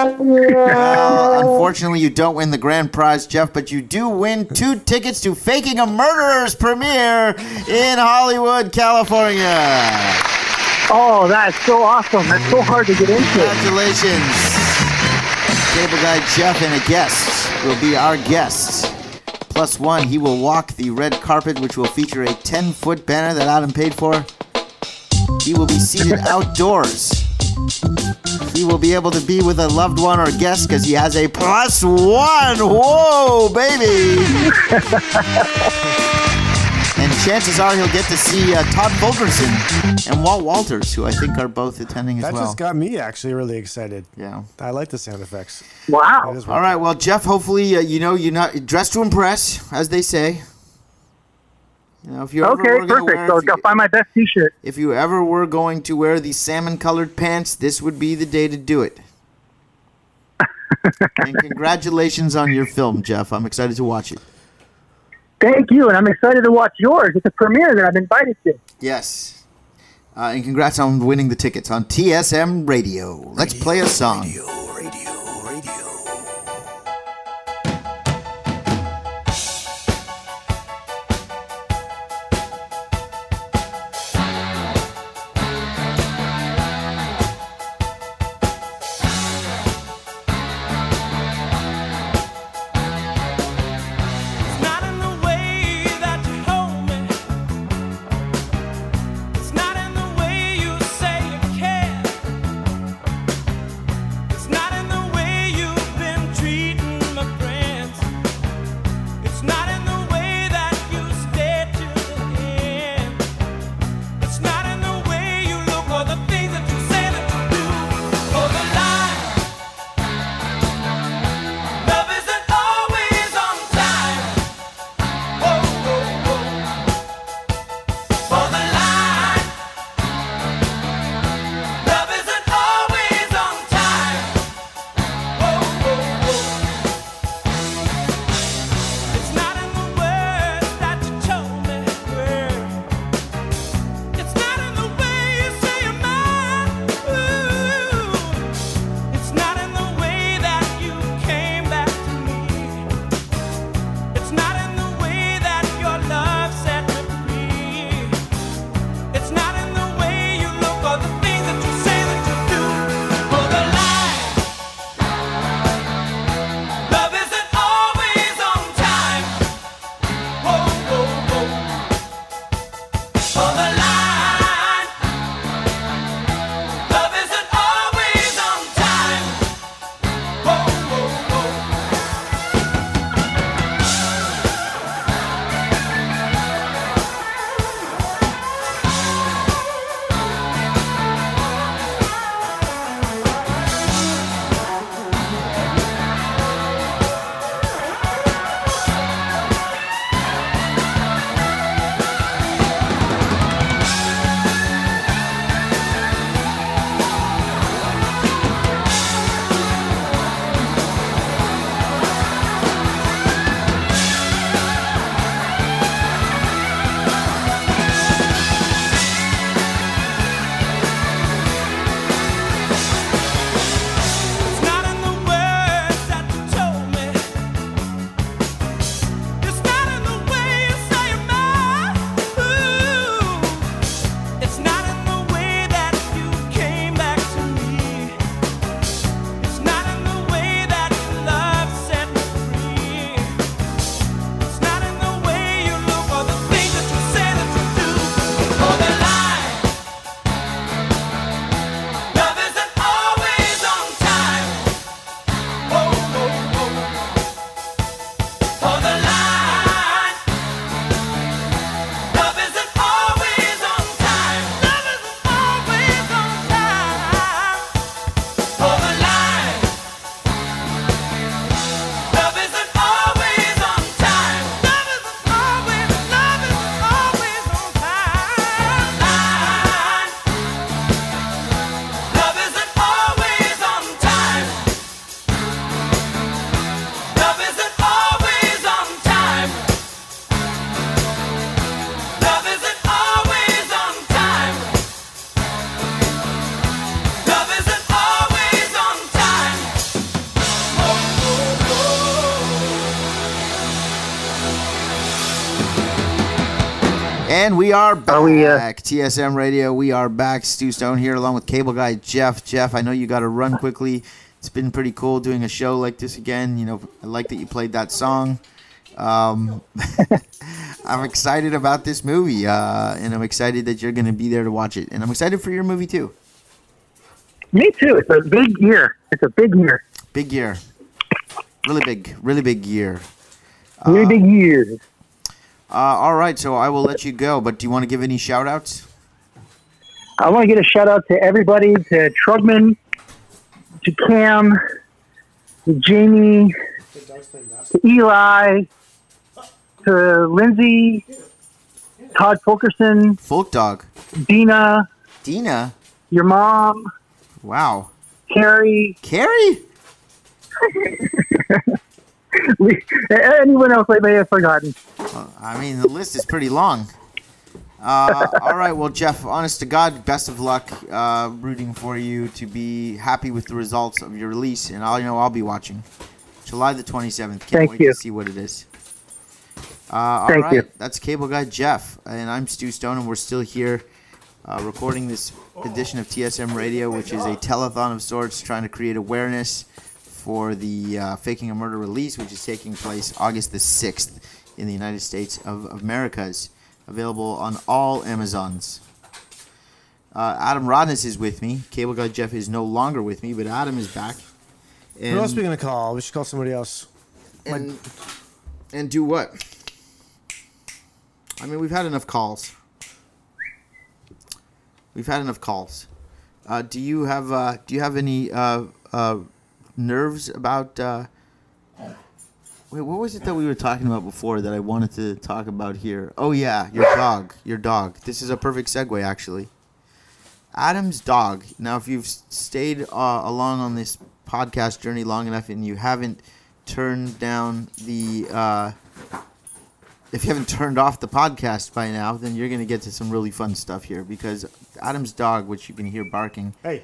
Speaker 3: Well, unfortunately, you don't win the grand prize, Jeff, but you do win two tickets to Faking a Murderer's premiere in Hollywood, California.
Speaker 7: Oh, that's so awesome. That's so hard to get into.
Speaker 3: Congratulations. Cable guy Jeff and a guest will be our guest. Plus one, he will walk the red carpet, which will feature a 10 foot banner that Adam paid for. He will be
Speaker 4: [LAUGHS]
Speaker 3: seated outdoors. He will be able to be with a loved one or guest because he has a plus one. Whoa,
Speaker 4: [LAUGHS]
Speaker 3: baby! and chances are he'll get to see uh, Todd Fulkerson and Walt Walters, who I think are both attending as
Speaker 4: That
Speaker 3: well.
Speaker 4: just got me actually really excited.
Speaker 3: yeah.
Speaker 4: I like the sound effects. That
Speaker 7: Wow.
Speaker 4: is
Speaker 3: All right, well, Jeff, hopefully, uh, you know, you're not dressed to impress, as they say. You know, if you ever
Speaker 7: Okay,
Speaker 3: were gonna
Speaker 7: perfect.
Speaker 3: Wear,
Speaker 7: So
Speaker 3: if,
Speaker 7: I'll
Speaker 3: you,
Speaker 7: find my best T-shirt.
Speaker 3: if you ever were going to wear the salmon-colored pants, this would be the day to do
Speaker 7: [LAUGHS]
Speaker 3: it. and congratulations on your film, Jeff. I'm excited to watch it.
Speaker 7: Thank you, and I'm excited to watch yours. It's a premiere that I'm invited to.
Speaker 3: Yes. Uh, and congrats on winning the tickets on TSM Radio. Let's play a song.
Speaker 8: not in the way that you hold me. It's not in the way you say you care. It's not Oh,
Speaker 3: And we are back.
Speaker 7: Are we, uh,
Speaker 3: TSM Radio, we are back. Stu Stone here along with Cable Guy Jeff. Jeff, I know you got to run quickly. It's been pretty cool doing a show like this again. You know, I like that you played that song. Um, [LAUGHS] I'm excited about this movie, uh, and I'm excited that you're going to be there to watch it. And I'm excited for your movie, too.
Speaker 7: Me too. It's a big year. It's a big year.
Speaker 3: Big year. Really big, really big year.
Speaker 7: Really big year.
Speaker 3: Uh, all right, so I will let you go, but do you want to give any shout outs?
Speaker 7: I want to get a shout out to everybody, to Trugman, to Cam, to Jamie, to Eli, to Lindsay, Todd Fulkerson,
Speaker 3: Folk Dog.
Speaker 7: Dina,
Speaker 3: Dina.
Speaker 7: your mom,
Speaker 3: Wow.
Speaker 7: Carrie, [LAUGHS]
Speaker 3: Carrie?
Speaker 7: Lee- anyone else I may have forgotten.
Speaker 3: I mean, the list is pretty long. Uh, all right, well, Jeff, honest to God, best of luck. Uh, rooting for you to be happy with the results of your release, and I know I'll be watching. July the 27th. Can't
Speaker 7: Thank
Speaker 3: wait
Speaker 7: you.
Speaker 3: to see what it is. Uh, all
Speaker 7: Thank
Speaker 3: right,
Speaker 7: you.
Speaker 3: that's Cable Guy Jeff, and I'm Stu Stone, and we're still here uh, recording this edition of TSM Radio, which is a telethon of sorts trying to create awareness for the uh, Faking a Murder release, which is taking place August the 6th in the United States of Americas. Available on all Amazons. Uh, Adam Rodness is with me. Cable Guy Jeff is no longer with me, but Adam is back. And,
Speaker 4: Who else are we gonna call? We should call somebody else.
Speaker 3: and, and do what? I mean, we've had enough calls. We've had enough calls. Uh, do you have uh, Do you have any uh, uh, nerves about? Uh, wait, what was it that we were talking about before that I wanted to talk about here? Oh yeah, your dog. Your dog. This is a perfect segue, actually. Adam's dog. Now, if you've s- stayed uh, along on this podcast journey long enough and you haven't turned down the, uh, if you haven't turned off the podcast by now, then you're going to get to some really fun stuff here because Adam's dog, which you can hear barking,
Speaker 4: Hey,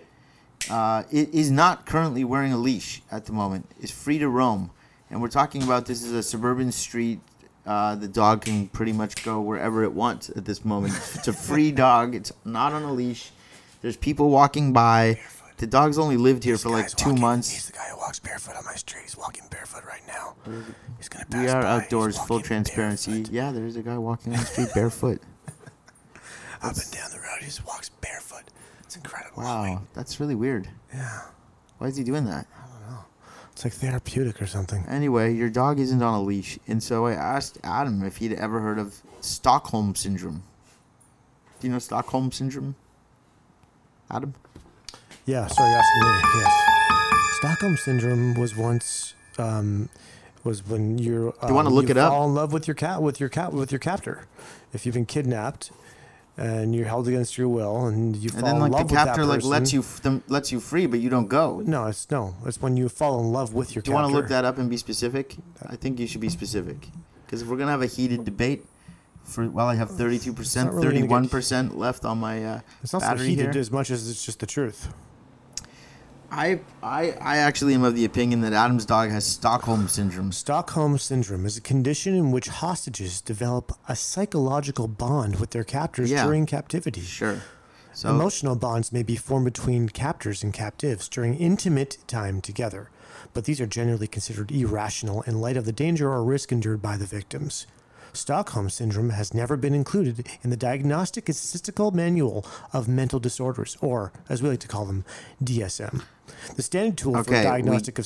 Speaker 3: uh, it is not currently wearing a leash at the moment. It's free to roam, and we're talking about this is a suburban street. Uh, the dog can pretty much go wherever it wants at this moment. it's a
Speaker 4: [LAUGHS]
Speaker 3: free dog. It's not on a leash. There's people walking by. The dog's only lived here for like two months.
Speaker 4: the guy who walks barefoot on my street. He's walking barefoot right now. He's gonna
Speaker 3: We are outdoors, full transparency. Yeah, there's a guy walking on the street
Speaker 4: [LAUGHS]
Speaker 3: barefoot.
Speaker 4: Up and down the road, he just walks barefoot. It's incredible.
Speaker 3: Wow, that's really weird.
Speaker 4: Yeah.
Speaker 3: Why is he doing that?
Speaker 4: It's like therapeutic or something.
Speaker 3: Anyway, your dog isn't on a leash, and so I asked Adam if he'd ever heard of Stockholm syndrome. Do you know Stockholm syndrome? Adam?
Speaker 4: Yeah, sorry, you're asking me. Yes. Stockholm syndrome was once um, was when you're um,
Speaker 3: wanna look
Speaker 4: you
Speaker 3: it up?
Speaker 4: Fall in love with your cat with your cat with your captor. If you've been kidnapped and you're held against your will and you fall
Speaker 3: And then
Speaker 4: in
Speaker 3: like
Speaker 4: love
Speaker 3: the
Speaker 4: with that
Speaker 3: captor like lets
Speaker 4: person-
Speaker 3: you f- them, lets you free, but you don't go. Do
Speaker 4: No, it's no. It's when you fall in love with your
Speaker 3: you
Speaker 4: captor.
Speaker 3: want to look that up and be specific? I think you should be specific, because if we're gonna have a heated debate, for well, I have thirty-two percent,
Speaker 4: It's not really
Speaker 3: thirty-one
Speaker 4: gonna
Speaker 3: percent left on my uh,
Speaker 4: It's not so
Speaker 3: battery
Speaker 4: heated
Speaker 3: here.
Speaker 4: as much as it's just the truth.
Speaker 3: I, I I actually am of the opinion that Adam's dog has Stockholm syndrome.
Speaker 4: Stockholm syndrome is a condition in which hostages develop a psychological bond with their captors
Speaker 3: Yeah.
Speaker 4: during captivity.
Speaker 3: Sure. So
Speaker 4: Emotional bonds may be formed between captors and captives during intimate time together, but these are generally considered irrational in light of the danger or risk endured by the victims. Stockholm syndrome has never been included in the Diagnostic and Statistical Manual of Mental Disorders, or, as we like to call them, DSM. The standard tool
Speaker 3: Okay, we-
Speaker 4: for diagnostic of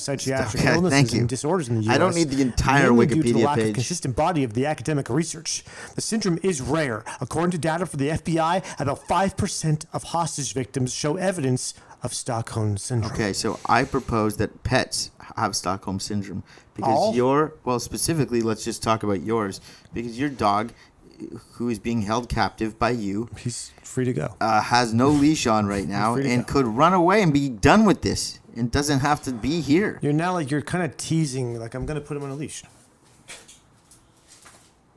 Speaker 3: [LAUGHS]
Speaker 4: psychiatric
Speaker 3: okay,
Speaker 4: illnesses
Speaker 3: thank you.
Speaker 4: and disorders in the U.S.
Speaker 3: I don't need the entire
Speaker 4: mainly due to the
Speaker 3: Wikipedia
Speaker 4: lack of
Speaker 3: page.
Speaker 4: consistent body of the academic research. The syndrome is rare. According to data from the FBI, about 5% of hostage victims show evidence of Stockholm syndrome.
Speaker 3: Okay, so I propose that pets have Stockholm syndrome because
Speaker 4: All?
Speaker 3: your well specifically let's just talk about yours because your dog who is being held captive by you
Speaker 4: He's free to go.
Speaker 3: uh, has no leash on right now
Speaker 4: free to
Speaker 3: and
Speaker 4: go.
Speaker 3: could run away and be done with this and doesn't have to be here.
Speaker 4: you're now like, you're kind of teasing, like, I'm going to put him on a leash. Now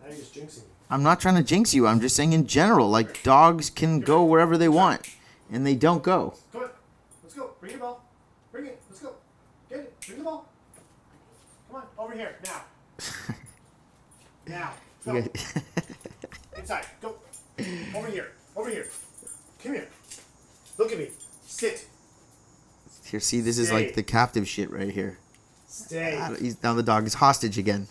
Speaker 4: you're just jinxing.
Speaker 3: I'm not trying to jinx you. I'm just saying in general, like dogs can go wherever they want and they don't go.
Speaker 4: Come on. Let's go. Bring your ball. Bring it. Let's go. Get it. Bring the ball. Come on. Over here. Now. now. Go. Inside. Go.
Speaker 9: Over here. Over here. Come here. Look at me. Sit.
Speaker 3: [LAUGHS] Here, see, this is like the captive shit right here.
Speaker 9: Stay.
Speaker 3: Adam- he's, now the dog is hostage again.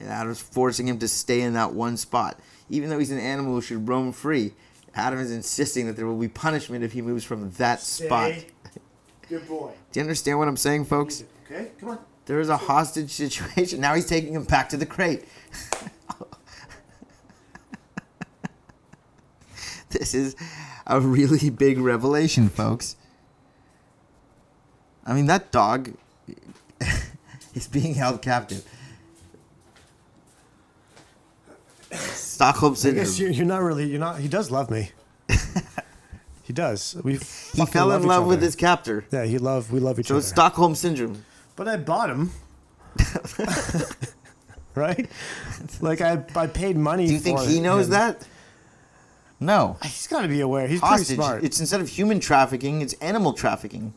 Speaker 3: And Adam's forcing him to stay in that one spot. Even though he's an animal who should roam free, Adam is insisting that there will be punishment if he moves from that spot.
Speaker 9: Stay. Good boy.
Speaker 3: Do you understand what I'm saying, folks?
Speaker 9: Okay? Come on.
Speaker 3: There is a hostage situation. [LAUGHS] Now he's taking him back to the crate. [LAUGHS] this is a really big revelation, folks. I mean, that dog [LAUGHS] is being held captive. Stockholm
Speaker 4: I guess
Speaker 3: syndrome.
Speaker 4: you're, you're not really. You're not. He does
Speaker 3: [LAUGHS]
Speaker 4: love me. he does. We.
Speaker 3: He fell in love with his captor.
Speaker 4: Yeah, he love. We love each
Speaker 3: So
Speaker 4: other.
Speaker 3: it's Stockholm syndrome.
Speaker 4: But I bought him. [LAUGHS] right? Like I, I paid money.
Speaker 3: Do you think he knows that? No.
Speaker 4: He's got to be aware. He's
Speaker 3: hostage.
Speaker 4: pretty smart.
Speaker 3: It's instead of human trafficking, it's animal trafficking.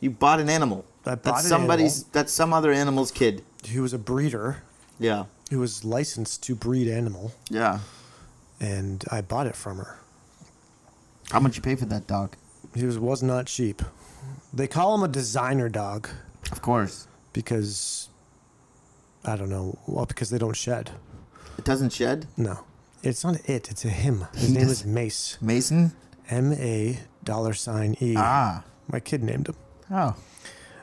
Speaker 3: You bought an animal.
Speaker 4: I bought
Speaker 3: that's
Speaker 4: an
Speaker 3: somebody's. That's some other animal's kid.
Speaker 4: he was a breeder
Speaker 3: Yeah.
Speaker 4: who was licensed to breed animal,
Speaker 3: Yeah.
Speaker 4: and I bought it from her.
Speaker 3: How much you pay for that dog?
Speaker 4: He was was not cheap. They call him a designer dog
Speaker 3: Of course.
Speaker 4: because I don't know. Well, because they don't shed.
Speaker 3: It doesn't shed.
Speaker 4: No, it's not it. It's a him. His
Speaker 3: He
Speaker 4: name
Speaker 3: does-
Speaker 4: is Mace.
Speaker 3: Mason.
Speaker 4: M A dollar sign E.
Speaker 3: Ah.
Speaker 4: My kid named him.
Speaker 3: Oh.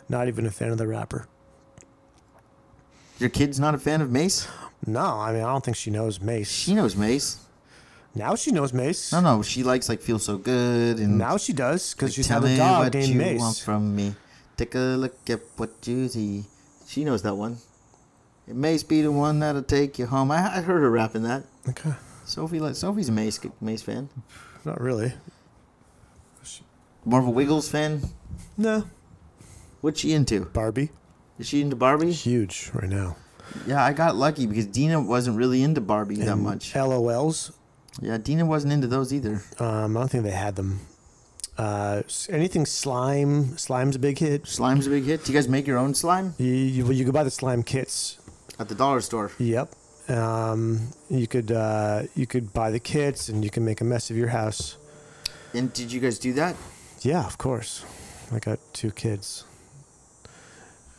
Speaker 4: Not even a fan of the rapper.
Speaker 3: Your kid's not a fan of Mace.
Speaker 4: No, I mean I don't think she knows Mace.
Speaker 3: She knows Mace.
Speaker 4: Now she knows Mace.
Speaker 3: No, no. She likes like feel so good and.
Speaker 4: Now she does because she's
Speaker 3: tell
Speaker 4: had
Speaker 3: me
Speaker 4: a dog
Speaker 3: what
Speaker 4: named
Speaker 3: you want
Speaker 4: Mace.
Speaker 3: from me. Take a look at what you see. She knows that one. It may be the one that'll take you home. I, I heard her rapping that.
Speaker 4: Okay,
Speaker 3: Sophie, li- Sophie's a Mace Mace fan.
Speaker 4: not really.
Speaker 3: More of a Wiggles fan.
Speaker 4: No,
Speaker 3: What's she into?
Speaker 4: Barbie,
Speaker 3: Is she into Barbie?
Speaker 4: huge right now.
Speaker 3: Yeah, I got lucky because Dina wasn't really into Barbie that
Speaker 4: And
Speaker 3: much.
Speaker 4: LOLs.
Speaker 3: Yeah, Dina wasn't into those either.
Speaker 4: Um, I don't think they had them. Uh, s- anything slime. Slime's a big hit.
Speaker 3: Slime's a big hit. Do you guys make your own slime
Speaker 4: You, you, well, you could buy the slime kits.
Speaker 3: at the dollar store?
Speaker 4: Yep. Um, you could uh, you could buy the kits and you can make a mess of your house.
Speaker 3: And did you guys do that?
Speaker 4: Yeah, of course. I got two kids,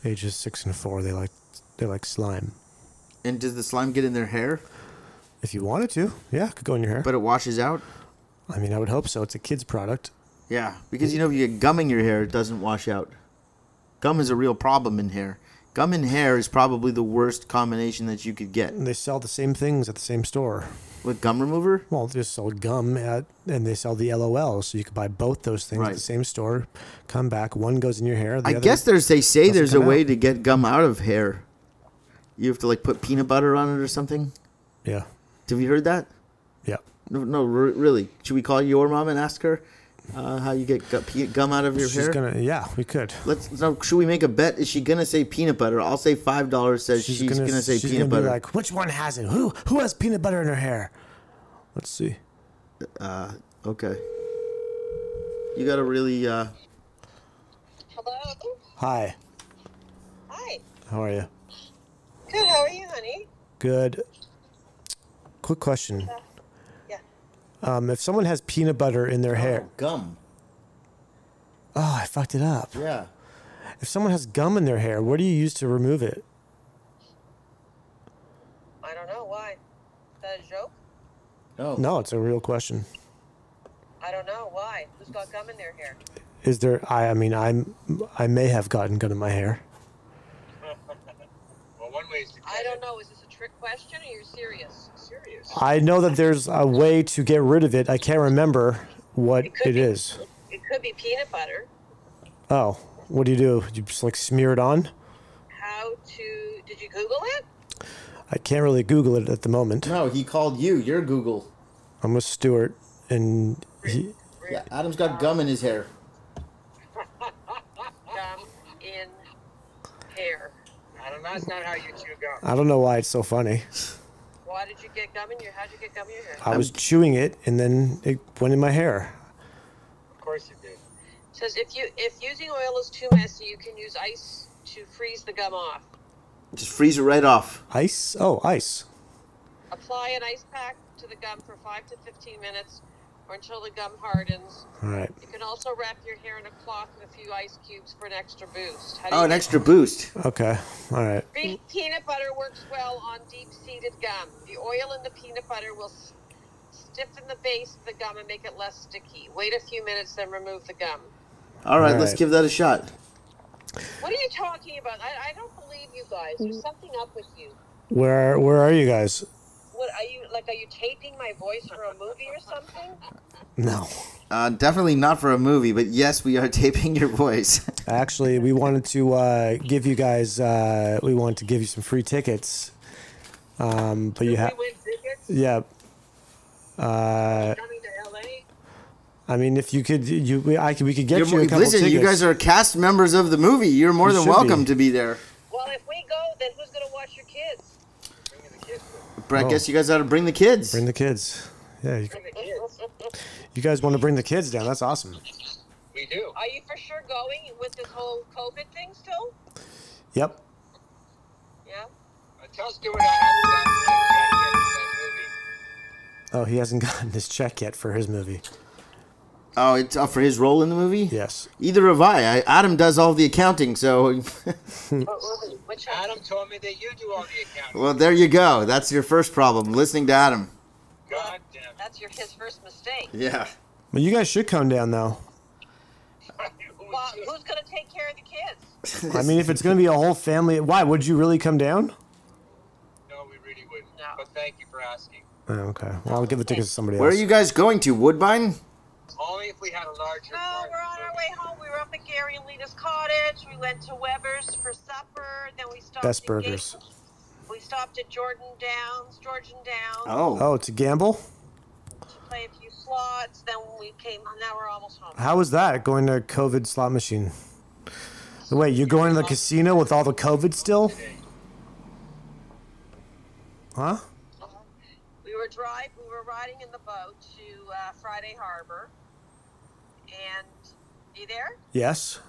Speaker 4: ages six and four. They like they like slime.
Speaker 3: And does the slime get in their hair?
Speaker 4: If you wanted to, yeah, it could go in your hair.
Speaker 3: But it washes out.
Speaker 4: I mean, I would hope so. It's a kid's product.
Speaker 3: Yeah, because you know if you get gum in your hair, it doesn't wash out. Gum is a real problem in hair. Gum and hair is probably the worst combination that you could get
Speaker 4: They sell the same things at the same store.
Speaker 3: with gum remover.
Speaker 4: Well, they sell gum at, and they sell the LOL, so you could buy both those things
Speaker 3: Right.
Speaker 4: at the same store. Come back, one goes in your hair. The
Speaker 3: I
Speaker 4: other,
Speaker 3: guess there's they say
Speaker 4: doesn't
Speaker 3: there's a
Speaker 4: come
Speaker 3: way
Speaker 4: out.
Speaker 3: to get gum out of hair. You have to like put peanut butter on it or something.
Speaker 4: yeah,
Speaker 3: Have you heard that?
Speaker 4: yeah.
Speaker 3: No, no, re- really. Should we call your mom and ask her uh, how you get gu- pe- gum out of your
Speaker 4: She's
Speaker 3: hair?
Speaker 4: gonna, yeah, we could.
Speaker 3: Let's. No, should we make a bet? Is she gonna say peanut butter? I'll say five dollars. Says she's, gonna, say
Speaker 4: she's
Speaker 3: peanut
Speaker 4: gonna
Speaker 3: butter.
Speaker 4: Be like, which one has it? Who who has peanut butter in her hair? Let's see.
Speaker 3: okay. You gotta really. Uh,
Speaker 6: Hello?
Speaker 4: Hi,
Speaker 6: Hi.
Speaker 4: how are you?
Speaker 6: Good, how are you, honey? Uh,
Speaker 4: Good. Quick question.
Speaker 6: Yeah.
Speaker 4: Um, if someone has peanut butter in their hair,
Speaker 3: gum.
Speaker 4: oh, I fucked it up.
Speaker 3: Yeah.
Speaker 4: If someone has gum in their hair, what do you use to remove it?
Speaker 6: I don't know. Why? Is that a joke?
Speaker 3: No.
Speaker 4: No, it's a real question.
Speaker 6: I don't know. Why? Who's got gum in their hair?
Speaker 4: Is there? I, I mean, I'm. I may have gotten gum in my hair.
Speaker 6: I don't know. Is this a trick question or you're serious? Serious.
Speaker 4: I know that there's a way to get rid of it. I can't remember what
Speaker 6: It could
Speaker 4: it
Speaker 6: be.
Speaker 4: is.
Speaker 6: It could be peanut butter.
Speaker 4: Oh, what do you do? You just like smear it on?
Speaker 6: How to. Did you Google it?
Speaker 4: I can't really Google it at the moment.
Speaker 3: No, he called you. You're Google.
Speaker 4: I'm with Stuart, and he,
Speaker 3: Yeah, Adam's got gum in his hair.
Speaker 6: Gum in hair. I don't know. That's not how you chew gum.
Speaker 4: I don't know why it's so funny.
Speaker 6: Why did you get gum in your How'd you get gum in your hair?
Speaker 4: I was chewing it, and then it went in my hair.
Speaker 6: Of course you did. Says if you if using oil is too messy, you can use ice to freeze the gum off.
Speaker 3: Just freeze it right off.
Speaker 4: Ice? Oh, ice.
Speaker 6: Apply an ice pack
Speaker 10: to the gum for 5 to 15 minutes or until the gum hardens.
Speaker 4: All right.
Speaker 10: You can also wrap your hair in a cloth with a few ice cubes for an extra boost. How do
Speaker 3: Oh,
Speaker 10: you
Speaker 3: an
Speaker 10: get-
Speaker 3: extra boost.
Speaker 4: Okay. All right.
Speaker 10: Green peanut butter works well on deep seated gum. The oil in the peanut butter will s- stiffen the base of the gum and make it less sticky. Wait a few minutes, then remove the gum.
Speaker 3: All right,
Speaker 4: All
Speaker 3: let's
Speaker 4: right.
Speaker 3: give that a shot.
Speaker 10: What are you talking about? I, I don't believe you guys. There's something up with you.
Speaker 4: Where where are you guys?
Speaker 10: What are you like? Are you taping my voice for a movie or something?
Speaker 3: [LAUGHS]
Speaker 4: No.
Speaker 3: Uh, definitely not for a movie, but yes, we are [LAUGHS] taping your voice.
Speaker 4: Actually, we wanted to uh, give you guys uh, we wanted to give you some free tickets. Um, but you have
Speaker 10: We win tickets
Speaker 4: yeah. Uh,
Speaker 10: coming to LA.
Speaker 4: I mean, if you could, you we, I could we could get
Speaker 3: You're
Speaker 4: you
Speaker 3: mo-
Speaker 4: a couple
Speaker 3: listen,
Speaker 4: tickets.
Speaker 3: you guys are cast members of the movie. You're more
Speaker 4: You
Speaker 3: than
Speaker 4: should
Speaker 3: welcome
Speaker 4: be.
Speaker 3: to be there.
Speaker 10: Well, if we go, then who's gonna watch your kids? Bring the kids.
Speaker 3: But I
Speaker 4: Oh.
Speaker 3: guess you guys ought to bring the kids.
Speaker 4: bring the kids. Yeah, you,
Speaker 10: Bring the [LAUGHS] kids.
Speaker 4: you guys want to bring the kids down? That's awesome.
Speaker 10: we do. Are you for sure going with this whole COVID thing still?
Speaker 4: Yep.
Speaker 10: Yeah. Uh, Tell Stuart I haven't gotten
Speaker 4: Oh, he hasn't [LAUGHS] gotten his check yet for his movie.
Speaker 3: oh, it's uh, for his role in the movie.
Speaker 4: Yes.
Speaker 3: Either have I. I. Adam does all the accounting, so [LAUGHS]
Speaker 10: Which Adam told me that you do all the accounting.
Speaker 3: well, there you go. That's your first problem. Listening to Adam.
Speaker 10: God damn. That's your his first mistake.
Speaker 3: Yeah.
Speaker 4: Well, you guys should come down though.
Speaker 10: Well, who's gonna take care of the kids?
Speaker 4: I mean, if it's gonna be a whole family, why would you really come down?
Speaker 10: No, we really wouldn't. No. But thank you for asking.
Speaker 4: Oh, okay. Well, I'll give the tickets to somebody
Speaker 3: Where are
Speaker 4: else.
Speaker 3: you guys going to? Woodbine.
Speaker 10: Only if we had a larger. No, we're on our way home. We were up at Gary and Lita's cottage. We went to Weber's for supper. Then we stopped.
Speaker 4: Best
Speaker 10: at
Speaker 4: burgers.
Speaker 10: Gates- We stopped at Jordan Downs, Georgian Downs.
Speaker 3: Oh.
Speaker 4: Oh, to gamble?
Speaker 10: To play a few slots. Then we came. Now we're almost home.
Speaker 4: How was that going to a COVID slot machine? Wait, you're going to the casino with all the COVID still? Huh?
Speaker 10: We were drive. We were riding in the boat to uh, Friday Harbor, and you there?
Speaker 4: Yes.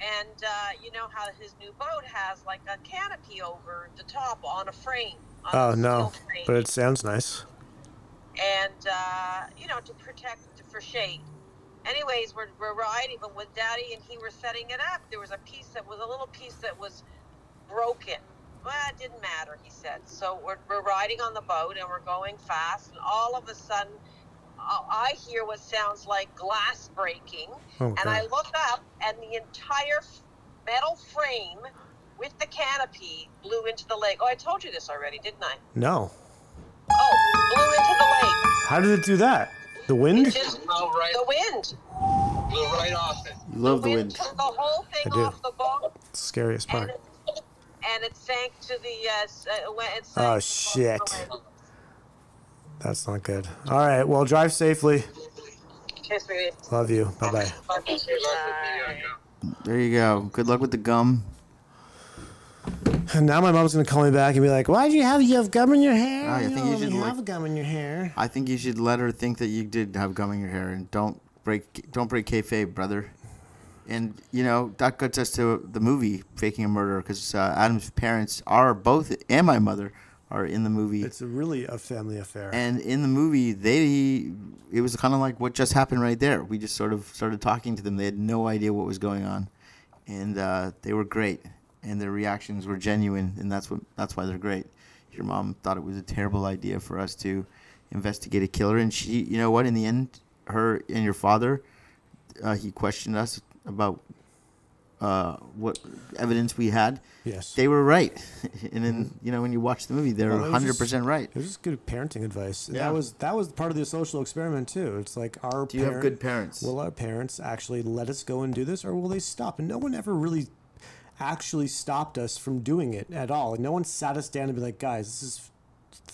Speaker 10: And uh, you know how his new boat has like a canopy over the top on a frame. On a
Speaker 4: Oh no,
Speaker 10: steel frame.
Speaker 4: but it sounds nice.
Speaker 10: and uh, you know to protect for shade. Anyways, we're, we're riding, but with Daddy and he were setting it up, there was a piece that was a little piece that was broken. Well, it didn't matter, he said. So we're, we're riding on the boat and we're going fast, and all of a sudden, I I hear what sounds like glass breaking,
Speaker 4: Oh,
Speaker 10: and I
Speaker 4: God.
Speaker 10: look up, and the entire f- metal frame with the canopy blew into the lake. Oh, I told you this already, didn't I?
Speaker 4: No.
Speaker 10: Oh, blew into the lake.
Speaker 4: How did it do that? The
Speaker 10: It
Speaker 4: wind?
Speaker 10: just blew right. The wind. Blew right off it.
Speaker 3: You love the wind.
Speaker 10: took the whole
Speaker 4: I
Speaker 10: thing
Speaker 4: do.
Speaker 10: off the boat,
Speaker 4: Scariest
Speaker 10: and
Speaker 4: part.
Speaker 10: it, and it sank to the. Uh, s- uh, it went- it sank
Speaker 4: Oh,
Speaker 10: to the bottom
Speaker 4: shit.
Speaker 10: of
Speaker 4: That's not good. All right. Well, drive safely.
Speaker 10: the lake. Kiss me.
Speaker 4: Love you. Bye bye.
Speaker 10: Bye.
Speaker 3: There you go. Good luck with the gum.
Speaker 4: And now my mom's gonna call me back and be like, "Why do you have you have gum in your hair?
Speaker 3: Oh, I think you
Speaker 4: don't
Speaker 3: should,
Speaker 4: have
Speaker 3: like-
Speaker 4: gum in your hair."
Speaker 3: I think you should let her think that you did have gum in your hair, and don't break don't break kayfabe, brother. And you know that gets us to the movie "Faking a Murder" because uh, Adam's parents are both, and my mother are in the movie.
Speaker 4: It's really a family affair.
Speaker 3: and in the movie, they it was kind of like what just happened right there. We just sort of started talking to them. They had no idea what was going on, and uh, they were great. And their reactions were genuine, and that's what that's why they're great. Your mom thought it was a terrible idea for us to investigate a killer, and she, you know what? In the end, her and your father, uh, he questioned us about uh, what evidence we had.
Speaker 4: Yes.
Speaker 3: they were right, [LAUGHS] and then you know when you watch the movie, they're
Speaker 4: Well, it was
Speaker 3: hundred
Speaker 4: just-
Speaker 3: percent right.
Speaker 4: It was just good parenting advice.
Speaker 3: Yeah.
Speaker 4: That was that was part of the social experiment too. It's like our
Speaker 3: Do you have good parents?
Speaker 4: Will our parents actually let us go and do this, or will they stop? And no one ever really actually stopped us from doing it at all. No one sat us down and be like, "Guys, this is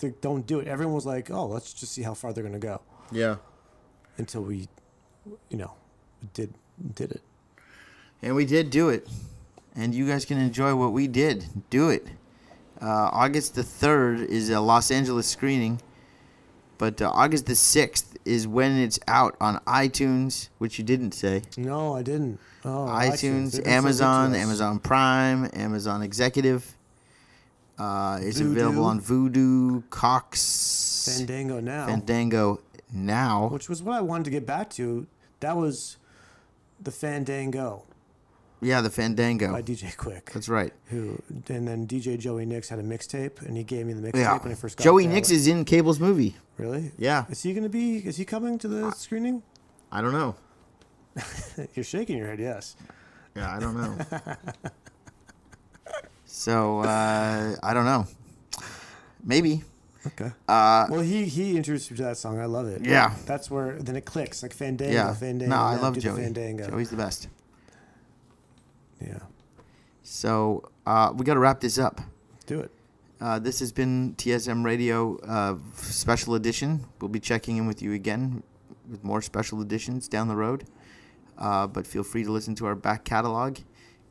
Speaker 4: th- don't do it." Everyone was like, "Oh, let's just see how far they're gonna go."
Speaker 3: Yeah.
Speaker 4: Until we, you know, did did it.
Speaker 3: And we did do it. And you guys can enjoy what we did. Do it. Uh, August the 3rd is a Los Angeles screening. But uh, August the 6th is when it's out on iTunes, which you didn't say.
Speaker 4: No, I didn't. Oh,
Speaker 3: iTunes,
Speaker 4: They've been so good to
Speaker 3: Amazon,
Speaker 4: us.
Speaker 3: Amazon Prime, Amazon Executive. Uh, it's
Speaker 4: Vudu.
Speaker 3: available on Voodoo, Cox,
Speaker 4: Fandango now.
Speaker 3: Fandango now.
Speaker 4: which was what I wanted to get back to. That was the Fandango
Speaker 3: yeah, the Fandango.
Speaker 4: by DJ Quick.
Speaker 3: Oh, That's right.
Speaker 4: Who and then DJ Joey Nicks had a mixtape, and he gave me the mixtape
Speaker 3: Yeah.
Speaker 4: when I first got.
Speaker 3: Joey
Speaker 4: there.
Speaker 3: Nix is in Cable's movie.
Speaker 4: really.
Speaker 3: Yeah.
Speaker 4: Is he gonna be? Is he coming to the screening?
Speaker 3: I don't know.
Speaker 4: You're shaking your head. Yes.
Speaker 3: Yeah, I don't know. [LAUGHS] so uh, I don't know. Maybe.
Speaker 4: Okay.
Speaker 3: Uh,
Speaker 4: Well, he he introduced me to that song. I love it.
Speaker 3: Yeah.
Speaker 4: That's where then it clicks like Fandango.
Speaker 3: yeah.
Speaker 4: Fandango.
Speaker 3: no, I
Speaker 4: now
Speaker 3: love
Speaker 4: do the
Speaker 3: Joey.
Speaker 4: Fandango.
Speaker 3: Joey's the best.
Speaker 4: Yeah.
Speaker 3: So uh, we got to wrap this up.
Speaker 4: Do it.
Speaker 3: Uh, this has been TSM Radio uh, Special Edition. We'll be checking in with you again with more special editions down the road. Uh, but feel free to listen to our back catalog.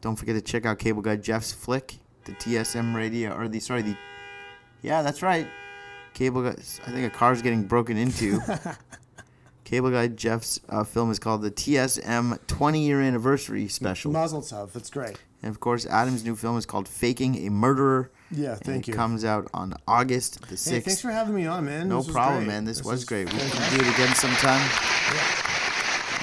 Speaker 3: Don't forget to check out Cable Guy Jeff's flick, the TSM Radio, or the sorry, the yeah, that's right. Cable Guy. I think a car's getting broken into. Cable Guy Jeff's uh, film is called the TSM 20 Year Anniversary Special.
Speaker 4: Mazel tov. That's great.
Speaker 3: And of course, Adam's new film is called Faking a Murderer.
Speaker 4: Yeah,
Speaker 3: and
Speaker 4: thank
Speaker 3: it
Speaker 4: you.
Speaker 3: comes out on August the 6th.
Speaker 4: Hey, thanks for having me on, man.
Speaker 3: no
Speaker 4: This was
Speaker 3: problem,
Speaker 4: great.
Speaker 3: man. This, was, great. We
Speaker 4: fantastic.
Speaker 3: can do it again sometime.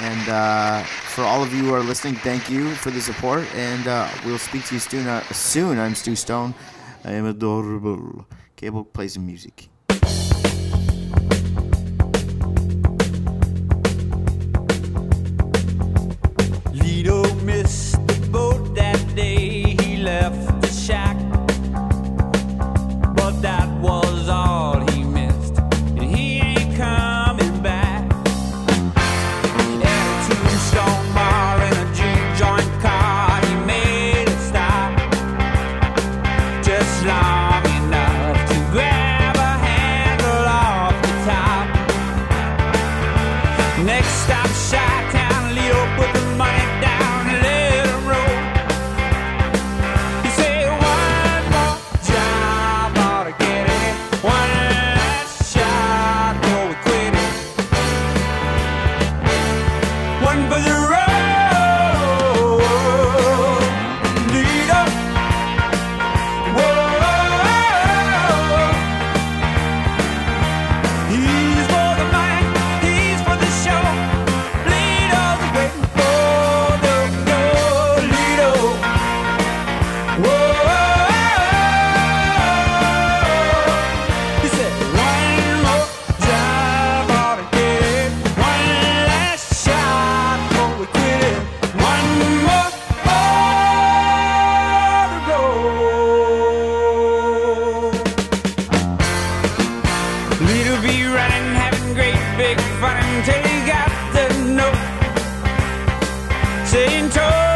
Speaker 3: And uh, for all of you who are listening, thank you for the support. And uh, we'll speak to you soon. Uh, soon. I'm Stu Stone. I am adorable. Cable, play some music.
Speaker 8: Lido missed the boat that day. He left the shack. But that was all he missed. And he ain't coming back. At a tombstone bar in a juke joint car, he made a stop. Just long enough to grab a handle off the top. Next stop, Chi-Town. Leo put the money down and let it roll. He said, one more job ought to get it. One last shot before we quit it. One for the road. Lido. Whoa. He's for the mic, he's for the show. Lido's waiting for the door. Lido. Whoa. He said, one more job ought to get it. One last shot before we quit it. One more ball to go. Little be running, having great big fun until he got the note saying, "Toy."